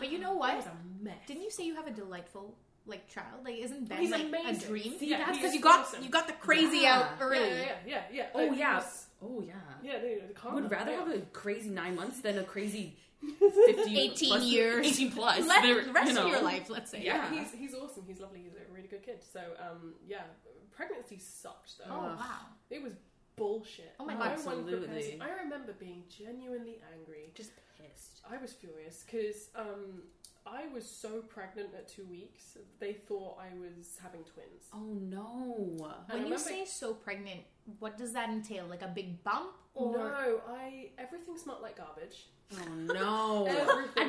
S2: But you know
S4: It was
S2: what?
S4: a mess.
S2: Didn't you say you have a delightful like child? Like isn't Ben
S4: He's
S2: like a
S4: amazing.
S2: dream?
S4: See, Yeah, that's- he
S2: because
S4: is
S2: you got
S4: awesome.
S2: you got the crazy
S1: Yeah.
S2: out
S4: Yeah,
S2: early.
S4: yeah, yeah, yeah, yeah.
S1: Oh,
S4: Like,
S1: yeah.
S4: yes.
S1: oh yeah.
S4: Yeah, no, no, the
S1: I
S4: karma.
S1: would rather
S4: yeah.
S1: have a crazy nine months than a crazy 50
S2: 18
S1: plus-
S2: years.
S1: 18 plus.
S2: Let-
S1: They're-
S2: the rest
S1: you know.
S2: of your life, let's say.
S1: Yeah.
S4: He's he's awesome. He's lovely. He's a really good kid. So um, yeah, pregnancy sucked though.
S2: Oh
S1: Ugh.
S2: wow.
S4: It was bullshit.
S2: Oh my
S4: no
S2: God.
S4: one prepared-
S1: Absolutely.
S4: I remember being genuinely angry.
S1: Just pissed.
S4: I was furious because um, I was so pregnant at two weeks. They thought I was having twins.
S1: Oh no.
S4: I
S2: When you
S4: remember-
S2: say so pregnant, what does that entail? Like a big bump or
S4: no, I everything smelled like garbage.
S1: Oh no.
S4: Everything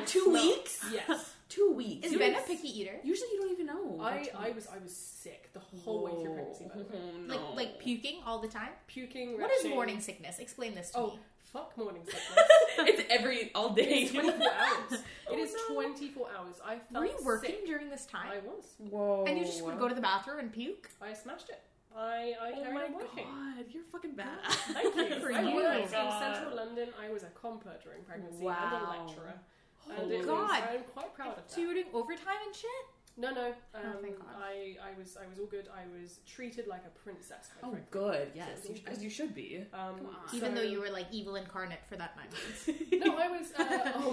S1: At two
S4: smelled-
S1: weeks?
S4: Yes,
S1: Two weeks.
S2: is
S1: You
S2: Ben
S1: don't-
S2: a picky eater?
S1: Usually you don't even know.
S4: I, I was I was sick the whole way through pregnancy. By the way.
S1: Oh, no.
S2: Like like puking all the time?
S4: Puking.
S2: What is
S4: retching.
S2: morning sickness? Explain this to
S4: Oh,
S2: me.
S4: fuck morning sickness.
S1: It's every all day.
S4: It's 24 hours.
S1: Oh,
S4: It is
S1: no.
S4: 24 hours. I felt
S2: Oh, Were you working
S4: sick.
S2: during this time?
S4: I was.
S1: Whoa.
S2: And you just would go to the bathroom and puke?
S4: I smashed it. I, I
S1: Oh
S4: carried
S1: my
S4: on working.
S1: god, you're fucking bad.
S4: Thank you.
S2: For
S4: I
S2: you.
S4: was in
S1: Oh God.
S4: central London. I was a comper during pregnancy and a
S1: Wow.
S4: lecturer.
S1: Oh,
S4: and it was-
S2: God.
S4: I'm quite proud of that.
S2: So you were doing overtime and shit?
S4: No, no. Um,
S2: Oh, thank God.
S4: I, I was I was all good. I was treated like a princess. quite
S1: Oh,
S4: frankly.
S1: good. Yes,
S4: So
S1: you,
S4: it's all
S1: as you should be.
S4: Um,
S1: Come on.
S2: Even
S4: so-
S2: though you were like evil incarnate for that moment.
S4: no, I was. Uh, oh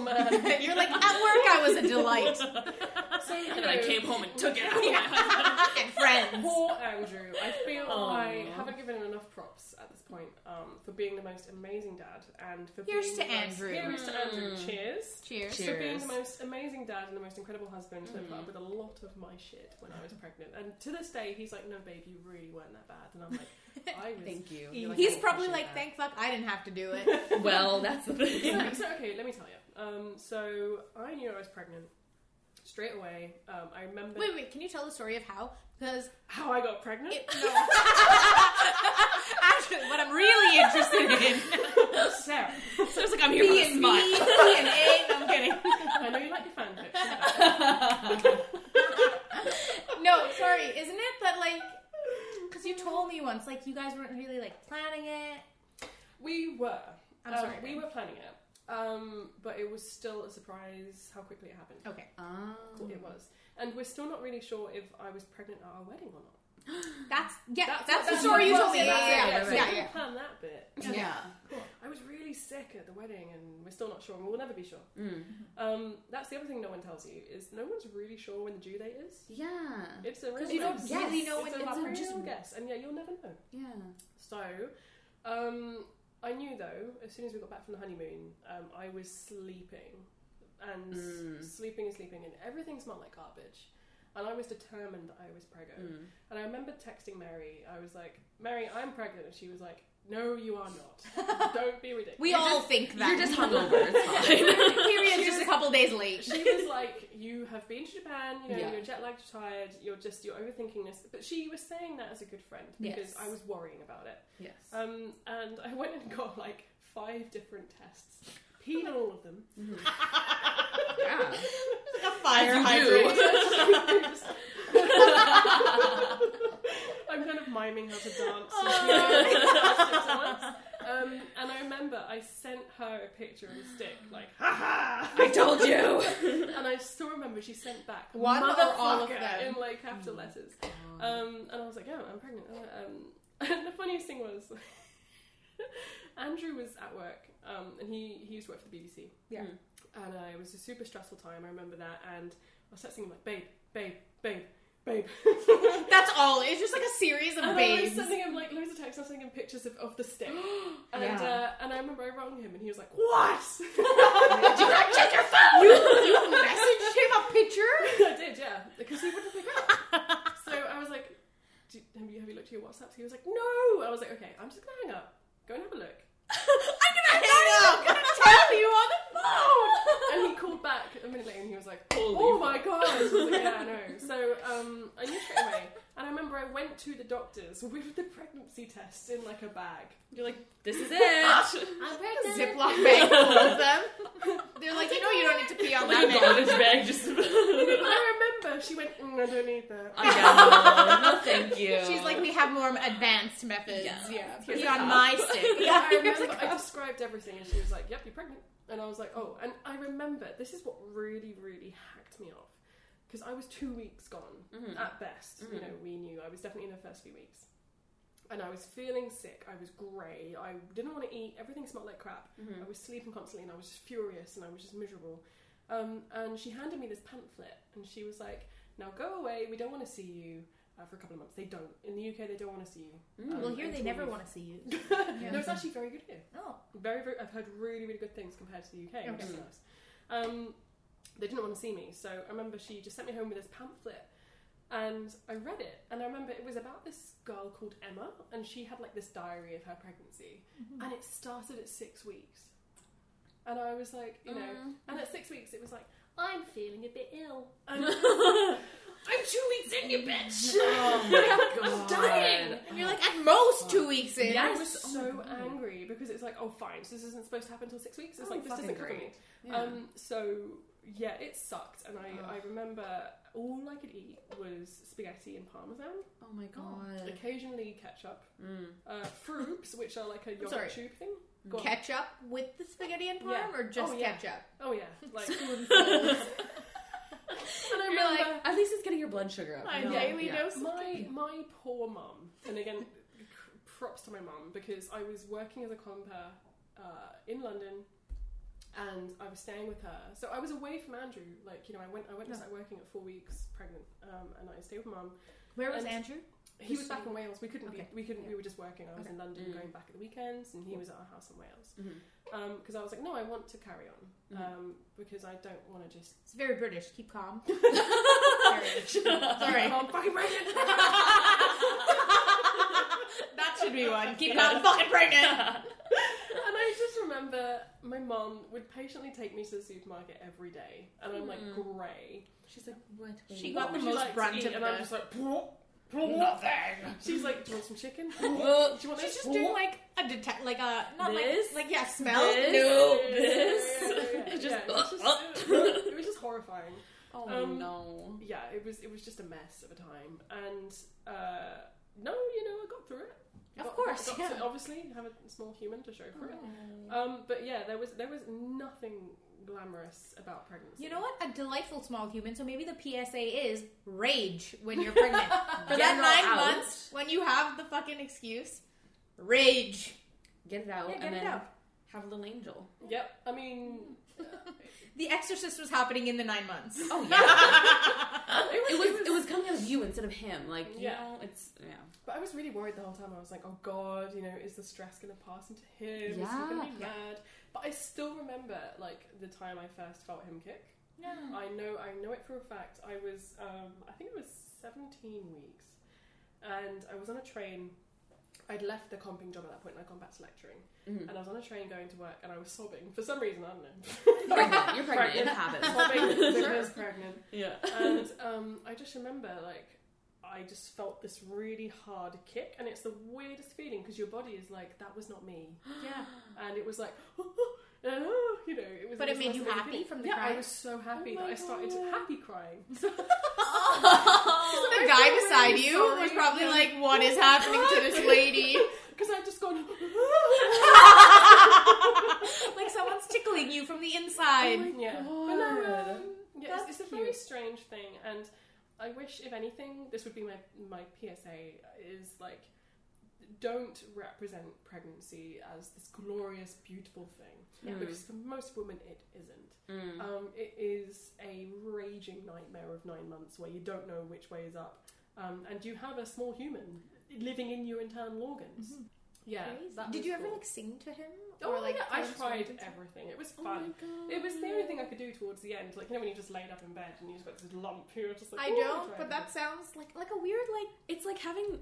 S4: man,
S2: You're like, at work I was a delight.
S4: So, you
S1: And I
S4: know,
S1: came home and took it out of my house.
S2: and friends.
S4: Poor Andrew. I feel
S1: Aw.
S4: I haven't given him enough props at this point um, for being the most amazing dad and for
S2: Here's
S4: being
S2: to
S4: the most-
S2: Andrew.
S4: Here's to Andrew.
S1: Mm.
S4: Cheers.
S2: Cheers.
S1: Cheers.
S4: For being the most amazing dad and the most incredible husband that put
S1: Mm.
S4: up with a lot of my shit when I was pregnant. And to this day, he's like, "No, babe, you really weren't that bad." And I'm like, "I was."
S1: Thank you.
S4: He's
S1: You're
S2: He's
S1: "I
S2: probably
S1: appreciate
S2: like, thank fuck, I didn't have to do it.
S1: that." Well, that's the thing.
S4: so, so, okay, let me tell you. Um, so I knew I was pregnant straight away. Um, I remember
S2: wait, wait, can you tell the story of how? Because
S4: how I got pregnant.
S2: it. No. Actually,
S1: interested in.
S4: Sarah,
S1: So it's like I'm here
S2: B
S1: for the
S2: and B,
S1: smut.
S2: B and A. No, I'm kidding.
S4: I know you like your fanfic.
S2: No, sorry, isn't it? But like, because you told me once, like you guys weren't really like planning it.
S4: We were.
S2: I'm
S4: Um,
S2: sorry.
S4: We were planning it, um, but it was still a surprise how quickly it happened.
S2: Okay.
S1: Oh.
S2: Mm.
S4: It was, and we're still not really sure if I was pregnant at our wedding or not.
S2: That's yeah. That's, the
S1: that's what
S2: story you
S1: it
S2: told
S1: was,
S2: me. Yeah,
S1: that's it,
S2: yeah, yeah.
S1: right,
S4: so
S1: right.
S2: yeah,
S4: we
S2: yeah.
S4: didn't plan that bit.
S1: Oh. Yeah.
S4: I was really sick at the wedding, and we're still not sure, and we'll never be sure.
S1: Mm.
S4: Um, that's the other thing no one tells you is no one's really sure when the due date is.
S1: Yeah.
S4: It's a real
S2: Because you don't
S4: guess.
S1: Yes.
S2: really know when
S4: it's
S2: it's
S4: a
S1: it's a
S4: real
S1: just-
S4: guess, and yeah, you'll never know.
S1: Yeah.
S4: So, um, I knew though, as soon as we got back from the honeymoon, um, I was sleeping and s-
S1: Mm.
S4: sleeping and sleeping, and everything smelled like garbage. And I was determined that I was preggo.
S1: Mm.
S4: And I remember texting Mary, I was like, Mary, I'm pregnant. And she was like, No, you are not. Don't be ridiculous.
S2: We
S1: You're
S2: all
S1: just-
S2: think that
S1: You're just hungover. It's fine.
S2: Period. Just a couple days late.
S4: she was like, You have been to Japan, you know,
S1: Yeah.
S4: you're jet lagged, you're tired, you're just, you're overthinking this. But she was saying that as a good friend because
S2: Yes.
S4: I was worrying about it.
S1: yes.
S4: Um, and I went and got like five different tests, peed on all of them.
S1: Mhm. yeah.
S2: a fire
S1: As you do.
S2: hydrant.
S4: I'm kind of miming how to dance.
S2: Oh.
S4: um, and I remember I sent her a picture of a stick, like, ha
S1: I
S4: ha!
S1: told you.
S4: And I still remember she sent back
S2: One or all of
S4: "Motherfucker"
S2: them?
S4: in like capital letters.
S2: Uh-huh.
S4: Um, and I was like, yeah, I'm pregnant. Uh, Um, and the funniest thing was, Andrew was at work, um, and he, he used to work for the BBC.
S2: Yeah.
S1: Mm.
S4: And uh, it was a super stressful time, I remember that. And I was texting him, like, babe, babe, babe, babe.
S2: That's all. It's just like a series of
S4: and I was
S2: babes.
S4: sending him, like, loads of texts, I was sending him pictures of, of the stick. And,
S2: Yeah.
S4: uh, and I remember I rang him, and he was like, what?
S2: Did you not check your phone? You, you messaged him a picture?
S4: I did, yeah, because he wouldn't pick up. so I was like, Do, have, you, have you looked at your WhatsApps? He was like, no. I was like, okay, I'm just going to hang up. Go and have a look.
S2: I'm gonna hang up. I'm gonna tell you on the phone.
S4: and he called back a minute later and he was like,
S1: Holy
S4: "Oh my god!" I was like, yeah, I know. So um, I knew straight away, and I remember I went to the doctors with the pregnancy test in like a bag.
S1: You're like, this is it.
S2: I'm pregnant. Ziploc bag full of them. They're like, you know, you don't need to pee on that
S1: like a
S2: man.
S1: garbage bag. Just.
S4: And I remember she went, mm, "I don't need that."
S1: I got no, no, thank you.
S2: She's like, we have more advanced methods.
S1: Yeah.
S2: Yeah,
S1: Here's
S2: he's
S1: a
S2: on
S1: cup.
S2: my stick.
S4: Yeah, I
S2: here's a
S4: remember. I
S1: "Oh."
S2: cup.
S4: described everything, and she was like, "Yep, you're pregnant." And I was like, "Oh." And I remember this is what really, really hacked me off because I was two weeks gone
S1: Mhm.
S4: at best. You know, we knew I was definitely in the first few weeks, and I was feeling sick. I was grey. I didn't want to eat. Everything smelled like crap.
S1: Mm-hmm. Mm.
S4: I was sleeping constantly, and I was just furious, and I was just miserable. Um, and she handed me this pamphlet, and she was like, "Now go away. We don't want to see you." Uh, for a couple of months, they don't. In the UK, they don't want to see you.
S1: Mm.
S2: Well, here they
S4: until
S2: never
S4: you've-
S2: want to see you.
S4: No, it's actually very good here
S2: Oh,
S4: very, very I've heard really, really good things compared to the UK, which is
S1: Okay.
S4: nice. Um, they didn't want to see me, so I remember she just sent me home with this pamphlet, and I read it, and I remember it was about this girl called Emma, and she had like this diary of her pregnancy,
S2: Mm-hmm.
S4: and it started at six weeks, and I was like, you know,
S2: Mm.
S4: and at six weeks it was like I'm feeling a bit ill, and
S2: Oh
S1: I'm two weeks in, you bitch.
S4: I'm dying.
S2: and you're like at most two weeks in.
S4: And I was so angry because it's like, oh, fine, so this isn't supposed to happen until six weeks. It's
S2: Mm-hmm. Oh,
S4: like this
S2: fucking
S4: doesn't cover
S2: great.
S4: me.
S1: Yeah.
S4: Um, so yeah, it sucked, and I,
S1: Ugh.
S4: I remember all I could eat was spaghetti and parmesan,
S1: oh my god.
S4: occasionally ketchup,
S1: Mm.
S4: uh, froops, which are like a yogurt
S2: sorry.
S4: tube thing. Go on.
S2: Ketchup with the spaghetti and parm,
S4: Yeah.
S2: or just
S4: Oh, yeah.
S2: ketchup?
S4: Oh yeah, like. and I
S2: You're
S4: remember
S2: like,
S1: At least it's getting your blood sugar up.
S2: My
S1: you know?
S2: daily dose of
S4: my my poor mum, and again, props to my mum because I was working as a compere uh, in London, and I was staying with her. So I was away from Andrew. Like you know, I went I went to
S2: No.
S4: start working at four weeks pregnant, um, and I stayed with mum.
S2: Where was
S4: And-
S2: Andrew?
S4: He was
S2: Just-
S4: back in Wales. We couldn't
S2: Okay.
S4: be. We couldn't.
S2: Yeah. Mm-hmm.
S4: We were just working. I was in London,
S1: Mm.
S4: going back at the weekends, and he was at our house in Wales.
S1: Mhm.
S4: Because I was like, no, I want to carry on
S2: Mm-hmm.
S1: Mhm.
S4: um, because I don't want to just.
S2: It's very British. Keep calm. Sorry.
S4: I'm fucking pregnant.
S2: that should be one. Keep calm. Fucking pregnant.
S4: And I just remember my mum would patiently take me to the supermarket every day, and I'm like grey.
S1: She's like, what?
S2: She Mm. got
S4: What
S2: the
S4: would you
S2: most
S4: like to
S2: brunt
S4: eat?
S2: of
S4: and I'm
S2: the-
S4: just like, nothing. She's like, do you want some chicken? do you want
S2: She's
S4: this?
S2: just doing like a detect, like a not
S1: This?
S2: like like yeah, smell.
S1: This?
S2: No, uh,
S1: This?
S4: Yeah,
S1: Just-
S4: it was just- it was just horrifying.
S1: Oh
S4: Um,
S1: no.
S4: yeah, it was it was just a mess of a time, and uh, no, you know, I got through it.
S2: Of
S4: Got-
S2: course,
S4: got- got
S2: yeah. Mm.
S4: to- obviously, have a small human to show for it. Um, but yeah, there was there was nothing glamorous about pregnancy.
S2: You know what? A delightful small human. So maybe the PSA is rage when you're pregnant. For
S1: Get
S2: that
S1: it all
S2: nine
S1: out.
S2: months, when you have the fucking excuse, rage.
S1: Get it
S4: Oh,
S1: out
S2: Yeah, get
S1: and
S2: it
S1: then
S2: out.
S1: have a little angel.
S4: Yep. I mean,
S2: Mm. The Exorcist was happening in the nine months.
S1: Oh yeah.
S4: it
S1: it was it was coming out of you instead of him. Like you
S4: Yeah.
S1: know, it's yeah.
S4: But I was really worried the whole time. I was like, oh god, you know, is the stress going to pass into him? Is he going
S1: Yeah.
S4: to be mad? But I still remember like the time I first felt him kick. I know, I know it for a fact. I was, um, I think it was 17 weeks, and I was on a train. I'd left the comping job at that point, and I'd gone back to lecturing.
S1: Mhm.
S2: Mm-hmm.
S4: And I was on a train going to work, and I was sobbing for some reason. I don't know.
S1: Pregnant. You're pregnant. It
S4: sobbing
S1: happens.
S4: because pregnant
S1: yeah.
S4: and um, I just remember like I just felt this really hard kick, and it's the weirdest feeling because your body is like that was not me,
S2: Yeah.
S4: and it was like. and, oh, you know, it was.
S2: But it
S4: was
S2: made you
S4: this
S2: happy
S4: feeling.
S2: from the
S4: yeah,
S2: cry?
S4: I was so happy
S1: Oh
S4: that
S1: my
S4: I started
S1: God.
S4: happy crying.
S2: the guy beside you was probably like, "What is happening to this lady?"
S4: because I'd just gone. oh
S2: like someone's tickling you from the inside.
S4: yeah. But no, um, yeah, it's, it's a very
S2: cute.
S4: strange thing, and I wish, if anything, this would be my my PSA is like, don't represent pregnancy as this glorious, beautiful thing,
S1: Yeah. Mm.
S4: because for most women it isn't.
S1: Mm.
S4: Um, it is a raging nightmare of nine months where you don't know which way is up, um, and you have a small human living in your internal organs.
S1: Mm-hmm.
S4: Yeah. that
S2: Did
S4: was
S2: you ever
S4: cool.
S2: like sing to him?
S4: Oh,
S2: like
S4: yeah, I
S2: tell him
S4: tried
S2: stories?
S4: everything. It was
S1: Oh
S4: fun.
S1: my God.
S4: It was the only thing I could do towards the end. Like, you know, when you just laid up in bed and you just got this lump, you're just like,
S2: I
S4: "Ooh,
S2: don't,
S4: tried
S2: but
S4: it."
S2: that sounds like like a weird like.
S1: It's like having.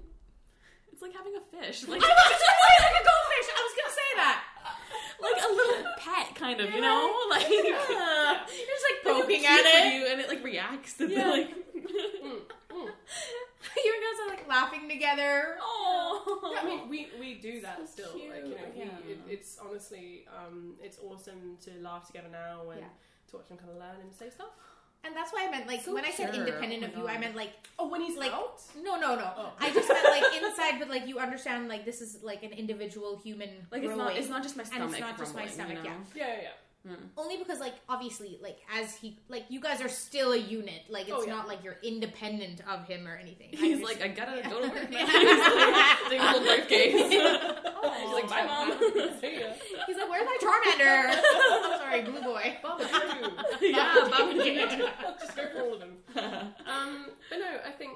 S1: It's like having a fish. Like
S2: I was just gonna say like a goldfish. I was gonna say that.
S1: like a little pet kind of, you know? Like uh,
S2: You're just like
S1: like,
S2: poking
S1: you
S2: at
S1: keep
S2: it.
S1: you and it like reacts to
S4: Yeah.
S1: the like
S4: Mm, mm.
S2: You guys are like laughing together.
S1: Oh
S4: Yeah, I mean, we, we do that
S1: so
S4: still.
S1: cute.
S4: Like, you know,
S1: Yeah.
S4: we, it, it's honestly, um, it's awesome to laugh together now and
S2: Yeah.
S4: to watch him kind of learn and say stuff.
S2: And that's why I meant like
S1: So
S2: when I said
S1: pure.
S2: independent
S1: Oh
S2: of
S1: my
S2: you, I
S1: God.
S2: meant like
S4: Oh, when he's
S2: Like-
S4: out?
S2: no, no, no.
S4: Oh.
S2: I just meant like inside, but like you understand like this is like an individual human.
S1: like it's not
S2: growing.
S1: it's not just my
S2: and
S1: stomach.
S2: it's not just my
S1: grumbling,
S2: stomach.
S1: you
S2: Yeah,
S1: know?
S4: Yeah, yeah, yeah.
S2: only because like obviously like as he like you guys are still a unit. Like it's
S4: Oh, yeah.
S2: not like you're independent of him or anything. I
S1: He's
S2: just-
S1: like, I gotta go to work.
S2: Yeah.
S1: He's like, doing a little life gaze. She's like, bye, mom.
S4: See ya.
S2: he's like, where's my Charmander? I'm sorry, Blue Boy.
S4: Baba Joe.
S1: yeah, Baba
S4: Just go for all of them. Um, but no, I think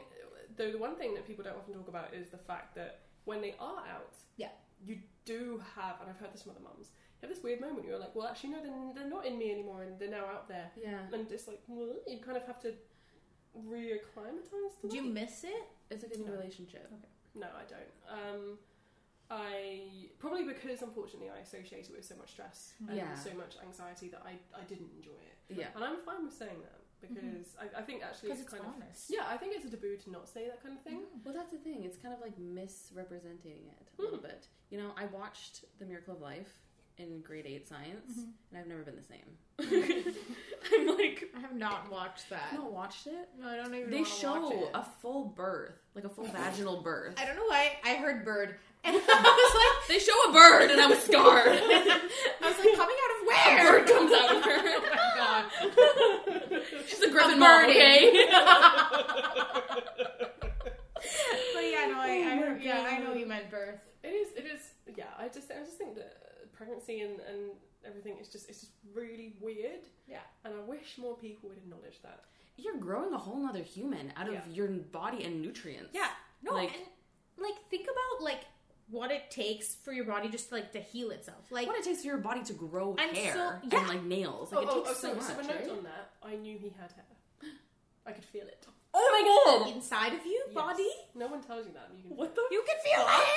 S4: the, the one thing that people don't often talk about is the fact that when they are out,
S2: Yeah.
S4: you do have, and I've heard this from other mums, you have this weird moment. You're like, well, actually, no, they're, they're not in me anymore, and they're now out there,
S1: Yeah.
S4: and it's like, well, you kind of have to reacclimatize to
S2: Did you
S4: that.
S2: miss it?
S1: It's like a new relationship.
S4: No, I don't. Um, I probably because unfortunately I associate it with so much stress and
S1: Yeah.
S4: so much anxiety that I, I didn't enjoy it,
S1: Yeah.
S4: and I'm fine with saying that because I, I think actually
S2: Because
S4: it's,
S2: it's
S4: kind of
S2: honest.
S4: yeah, I think it's a taboo to not say that kind of thing.
S1: Well, that's the thing. It's kind of like misrepresenting it a little bit. You know, I watched The Miracle of Life in grade eight science,
S2: Mhm.
S1: and I've never been the same. I'm like,
S2: I have not watched that.
S1: no, watched it.
S2: No, I don't even.
S1: They
S2: wanna watch
S1: show
S2: it.
S1: a full birth, like a full vaginal birth.
S2: I don't know why I heard bird, and I was
S1: They show a bird, and I was scarred.
S2: like, I was like, coming out of
S1: a
S2: where?
S1: bird comes out of her.
S2: God.
S1: She's a Griffin
S2: bird
S1: mom, okay?
S2: But yeah, no, I, I
S4: Oh my
S2: heard, yeah, I
S4: God.
S2: know you meant birth.
S4: It is. It is. Yeah. I just. I just think that pregnancy and and everything is just. It's just really weird.
S2: Yeah.
S4: And I wish more people would acknowledge that.
S1: You're growing a whole other human out of
S4: Yeah.
S1: your body and nutrients.
S2: Yeah. No,
S1: Like-
S2: and like think about like what it takes for your body just like to heal itself. Like
S1: What it takes for your body to grow
S2: And so-
S1: hair
S2: yeah.
S1: and like
S2: Oh,
S1: nails. Like it takes so,
S4: so,
S1: much.
S4: so a
S2: eh?
S1: right?
S4: note on that. I knew he had hair. I could feel it.
S1: Oh my god!
S2: inside of you,
S4: Yes.
S2: body,
S4: No one tells you that. You can.
S1: What the?
S2: you can feel the hair.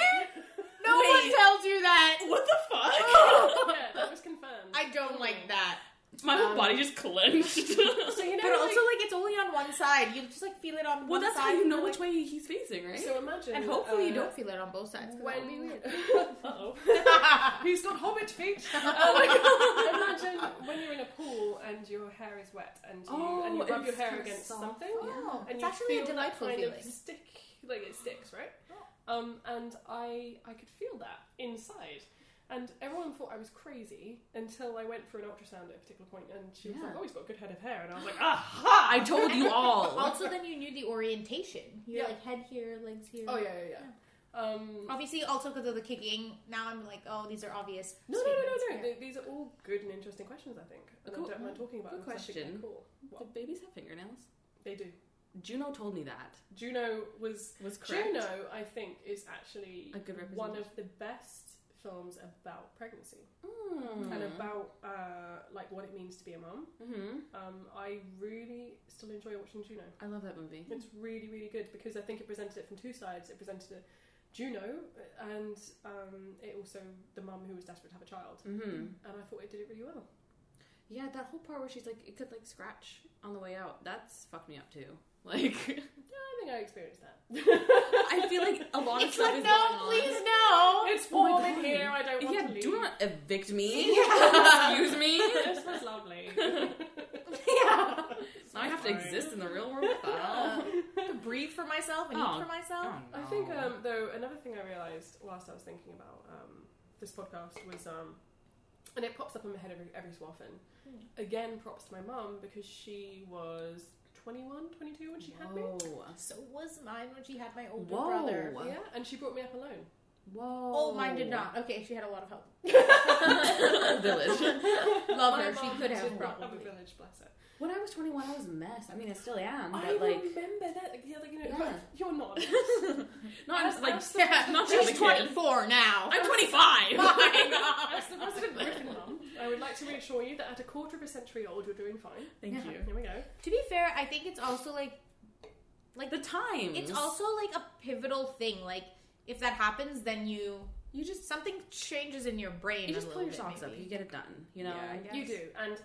S2: No
S1: Wait.
S2: one tells you that.
S1: What the fuck?
S4: yeah, that was confirmed.
S2: I don't like that.
S1: My whole
S2: Um,
S1: body just clenched.
S4: So you know,
S2: But also,
S4: like-
S2: like it's only on one side. You just like feel it on
S1: well,
S2: one
S1: that's
S2: side.
S1: how you know
S2: and,
S1: which
S2: like-
S1: way he's facing, right?
S4: so imagine,
S2: And hopefully, you
S4: uh,
S2: don't feel it on both sides. 'cause that would be
S4: When
S2: weird.
S4: oh, he's got hobbit feet. Imagine when you're in a pool and your hair is wet and you,
S1: Oh,
S4: and you rub your
S1: it's
S4: hair
S1: kinda
S4: against
S1: soft.
S4: something,
S2: Oh,
S4: and
S2: it's
S4: you
S2: actually a
S4: feel that
S2: delightful
S4: kind
S2: feeling.
S4: of stick, like it sticks, right? Um, and I I could feel that inside, and everyone thought I was crazy until I went for an ultrasound at a particular point, and she was
S1: Yeah.
S4: like, "Oh, he's got a good head of hair," and I was like, "Aha!"
S1: I told you all.
S2: Also, then you knew the orientation. You're
S4: Yeah.
S2: like head here, legs here.
S4: Oh yeah, yeah, yeah. Um,
S2: Obviously, also because of the kicking. Now I'm like, oh, these are obvious.
S4: No, no, no,
S2: statements.
S4: no, no.
S2: Yeah.
S4: Th- These are all good and interesting questions, I think. And
S1: Cool.
S4: I don't mind talking about
S1: Good
S4: them 'cause I think
S1: question.
S4: they're
S1: Do
S4: cool.
S1: babies have fingernails?
S4: They do.
S1: Juno told me that
S4: Juno was.
S1: was correct.
S4: Juno, I think, is actually
S1: A good
S4: one of the best films about pregnancy
S1: Mm.
S4: and about uh, like what it means to be a mum.
S1: hmm
S4: Um, I really still enjoy watching Juno.
S1: I love that movie.
S4: It's really, really good because I think it presented it from two sides. It presented a Juno uh, and um, it also the mum who was desperate to have a child.
S1: hmm
S4: And I thought it did it really well.
S1: Yeah, that whole part where she's like, it could like scratch on the way out. That's fucked me up too. Like,
S4: I think I experienced that.
S1: Hmm. I feel like a lot of
S2: It's
S1: stuff
S2: like,
S1: is
S2: no,
S1: going on.
S2: please, no.
S4: It's
S1: Oh my
S4: warm in
S1: God.
S4: here. I don't want
S1: Yeah,
S4: to leave.
S1: do not evict me.
S2: Yeah.
S1: Excuse me.
S4: This was lovely.
S2: yeah.
S1: Now I have to
S4: Fine.
S1: exist in the real world. Wow.
S2: to breathe for myself and
S1: Oh,
S2: eat for myself.
S1: Oh,
S4: I
S1: no.
S4: think um, though another thing I realised whilst I was thinking about um, this podcast was, um, and it pops up in my head every, every so often.
S2: Hmm.
S4: Again, props to my mum because she was 21, 22 when she had me.
S2: Oh,
S1: Whoa.
S2: So was mine when she had my older
S1: Whoa.
S2: brother.
S1: Whoa.
S4: Yeah, and she brought me up alone.
S1: Whoa.
S2: Oh, mine did not. Okay, she had a lot of help.
S1: Village.
S2: Love
S4: My
S2: her. She
S4: mum
S2: could
S4: did
S2: have
S4: not have a
S2: probably.
S4: village, bless her.
S1: When I was 21, I was a mess. I mean, I still am, but
S4: I
S1: like,
S4: remember that. Like, yeah, like you know,
S1: Yeah.
S4: you're not.
S1: not as like,
S2: Yeah,
S1: not just
S2: she's
S1: a kid.
S2: 24 now. Oh
S1: I'm 25.
S4: As the resident Griffin mum, I would like to reassure you that at a quarter of a century old, you're doing fine.
S1: Thank
S2: Yeah.
S1: you.
S4: Here we go.
S2: To be fair, I think it's also like, like
S1: The times.
S2: it's also like a pivotal thing. Like if that happens, then you you just something changes in your brain.
S1: you just
S2: a
S1: pull your
S2: little bit,
S1: socks up. You
S2: maybe.
S1: get it done. You know.
S2: Yeah, I guess.
S4: You do. And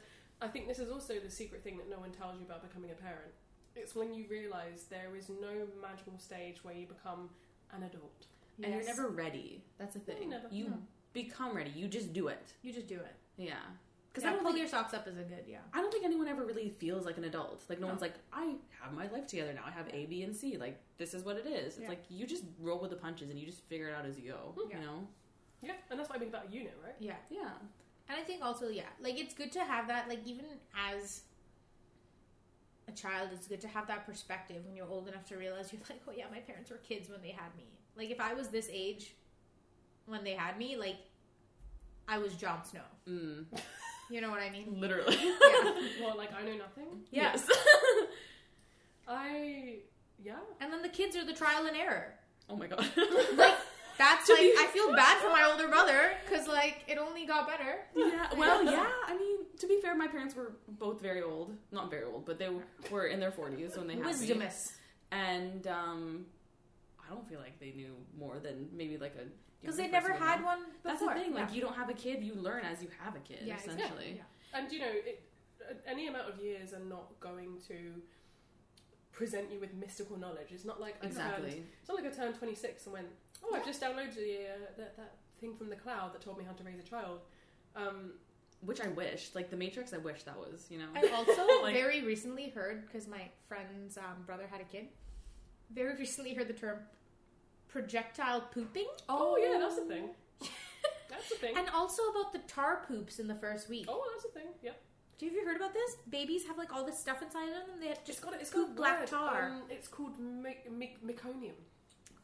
S4: I think this is also the secret thing that no one tells you about becoming a parent. It's when you realise there is no magical stage where you become an adult.
S1: And
S2: Yes.
S1: you're never ready. That's the thing.
S4: never-
S1: you
S2: no.
S1: become ready. You just do it.
S2: you just do it.
S1: Yeah. Because
S2: Because I
S1: I don't
S2: pull
S1: think
S2: your socks up isn't good. Yeah.
S1: I don't think anyone ever really feels like an adult. Like no,
S2: No.
S1: one's like, I have my life together now. I have A, B, and C. Like this is what it is. It's
S2: Yeah.
S1: like you just roll with the punches and you just figure it out as you go.
S2: Yeah.
S1: You know?
S4: Yeah. And that's what I mean about unit, right?
S2: Yeah.
S1: Yeah.
S2: And I think also, yeah, like it's good to have that, like even as a child, it's good to have that perspective when you're old enough to realize you're like, oh yeah, my parents were kids when they had me. Like if I was this age when they had me, like I was Jon Snow.
S1: Mm.
S2: You know what I mean?
S1: Literally.
S2: Yeah.
S4: Well, like I know nothing.
S1: yes.
S4: I yeah.
S2: And then the kids are the trial and error.
S1: oh my god.
S2: Like that's
S1: To
S2: like
S1: be-
S2: I feel bad for my older brother because like it only got better.
S1: yeah. Well, yeah. I mean, to be fair, my parents were both very old. Not very old, but they were in their forties when they had me.
S2: Wisdomous.
S1: and um, I don't feel like they knew more than maybe like a
S2: Because
S1: younger
S2: they never
S1: person would
S2: had
S1: know.
S2: one before.
S1: That's the thing. Like
S2: Yeah.
S1: you don't have a kid, you learn as you have a kid.
S2: Yeah, exactly.
S1: essentially.
S4: And you know, it, any amount of years are not going to present you with mystical knowledge. It's not like I turned
S1: Exactly.
S4: It's not like I turned 26 and went, oh, I've just downloaded the, uh, that, that thing from the cloud that told me how to raise a child. Um,
S1: Which I wish, like the Matrix, I wish that was, you know.
S2: I also
S1: Like-
S2: very recently heard because my friend's um, brother had a kid. Very recently heard the term projectile pooping,
S4: oh, yeah, that's a thing. That's a thing.
S2: and also about the tar poops in the first week.
S4: oh, that's a thing. Yeah.
S2: Do you ever heard about this? Babies have like all this stuff inside of them. They have just
S4: got it's
S2: got a
S4: black
S2: word.
S4: tar.
S2: Um,
S4: it's called mi- mi- meconium.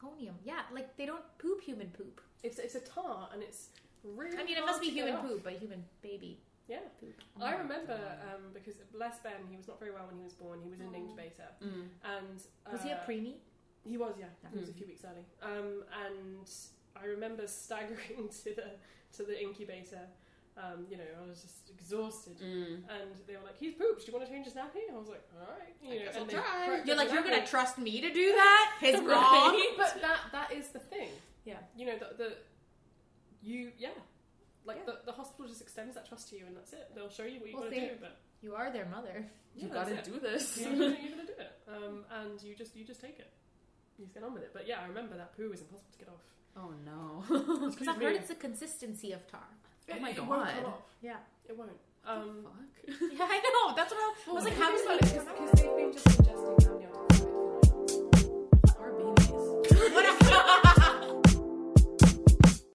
S2: conium. Yeah, like they don't poop human poop.
S4: It's it's a tar and it's really.
S2: I mean, it
S4: hard
S2: must be
S4: to get
S2: human
S4: off.
S2: poop, but human baby
S4: Yeah.
S2: poop.
S4: I
S1: my
S4: remember
S1: God.
S4: um, because bless Ben, he was not very well when he was born. He was in
S2: Oh.
S4: incubator,
S1: Mm.
S4: and uh,
S2: Was he a Hmm. preemie?
S4: He was, yeah. He was a
S1: Mm.
S4: few weeks early. Um, and I remember staggering to the to the incubator. Um, you know, I was just exhausted.
S1: Mm.
S4: And they were like, "He's pooped. Do you want to change his nappy?" I was like, "All right." You know,
S1: guess
S4: and
S1: I'll
S4: they
S1: try.
S4: cracked
S2: You're
S4: his
S2: like you're gonna
S4: nappy.
S2: trust me to do that? His wrong.
S4: But that that is the thing.
S2: Yeah.
S4: You know that the you yeah. Like
S1: Yeah.
S4: the, the hospital just extends that trust to you, and that's it. They'll show you what you
S2: Well,
S4: got to
S2: they-
S4: do, but
S2: You are their mother.
S1: You
S4: Yeah,
S1: gotta
S4: that's
S1: do this.
S4: you're gonna, you're gonna do it, um, and you just you just take it. You just get on with it. But yeah, I remember that poo was impossible to get off.
S1: oh no.
S2: Because I've heard it's the consistency of tar.
S1: Oh my
S4: it, It won't
S1: God.
S4: come off.
S2: Yeah.
S4: It won't. Um,
S1: Fuck.
S2: Yeah, I know. That's what I, I was like, how does
S4: it?
S2: that
S4: Because they've been just ingesting amniotic fluid.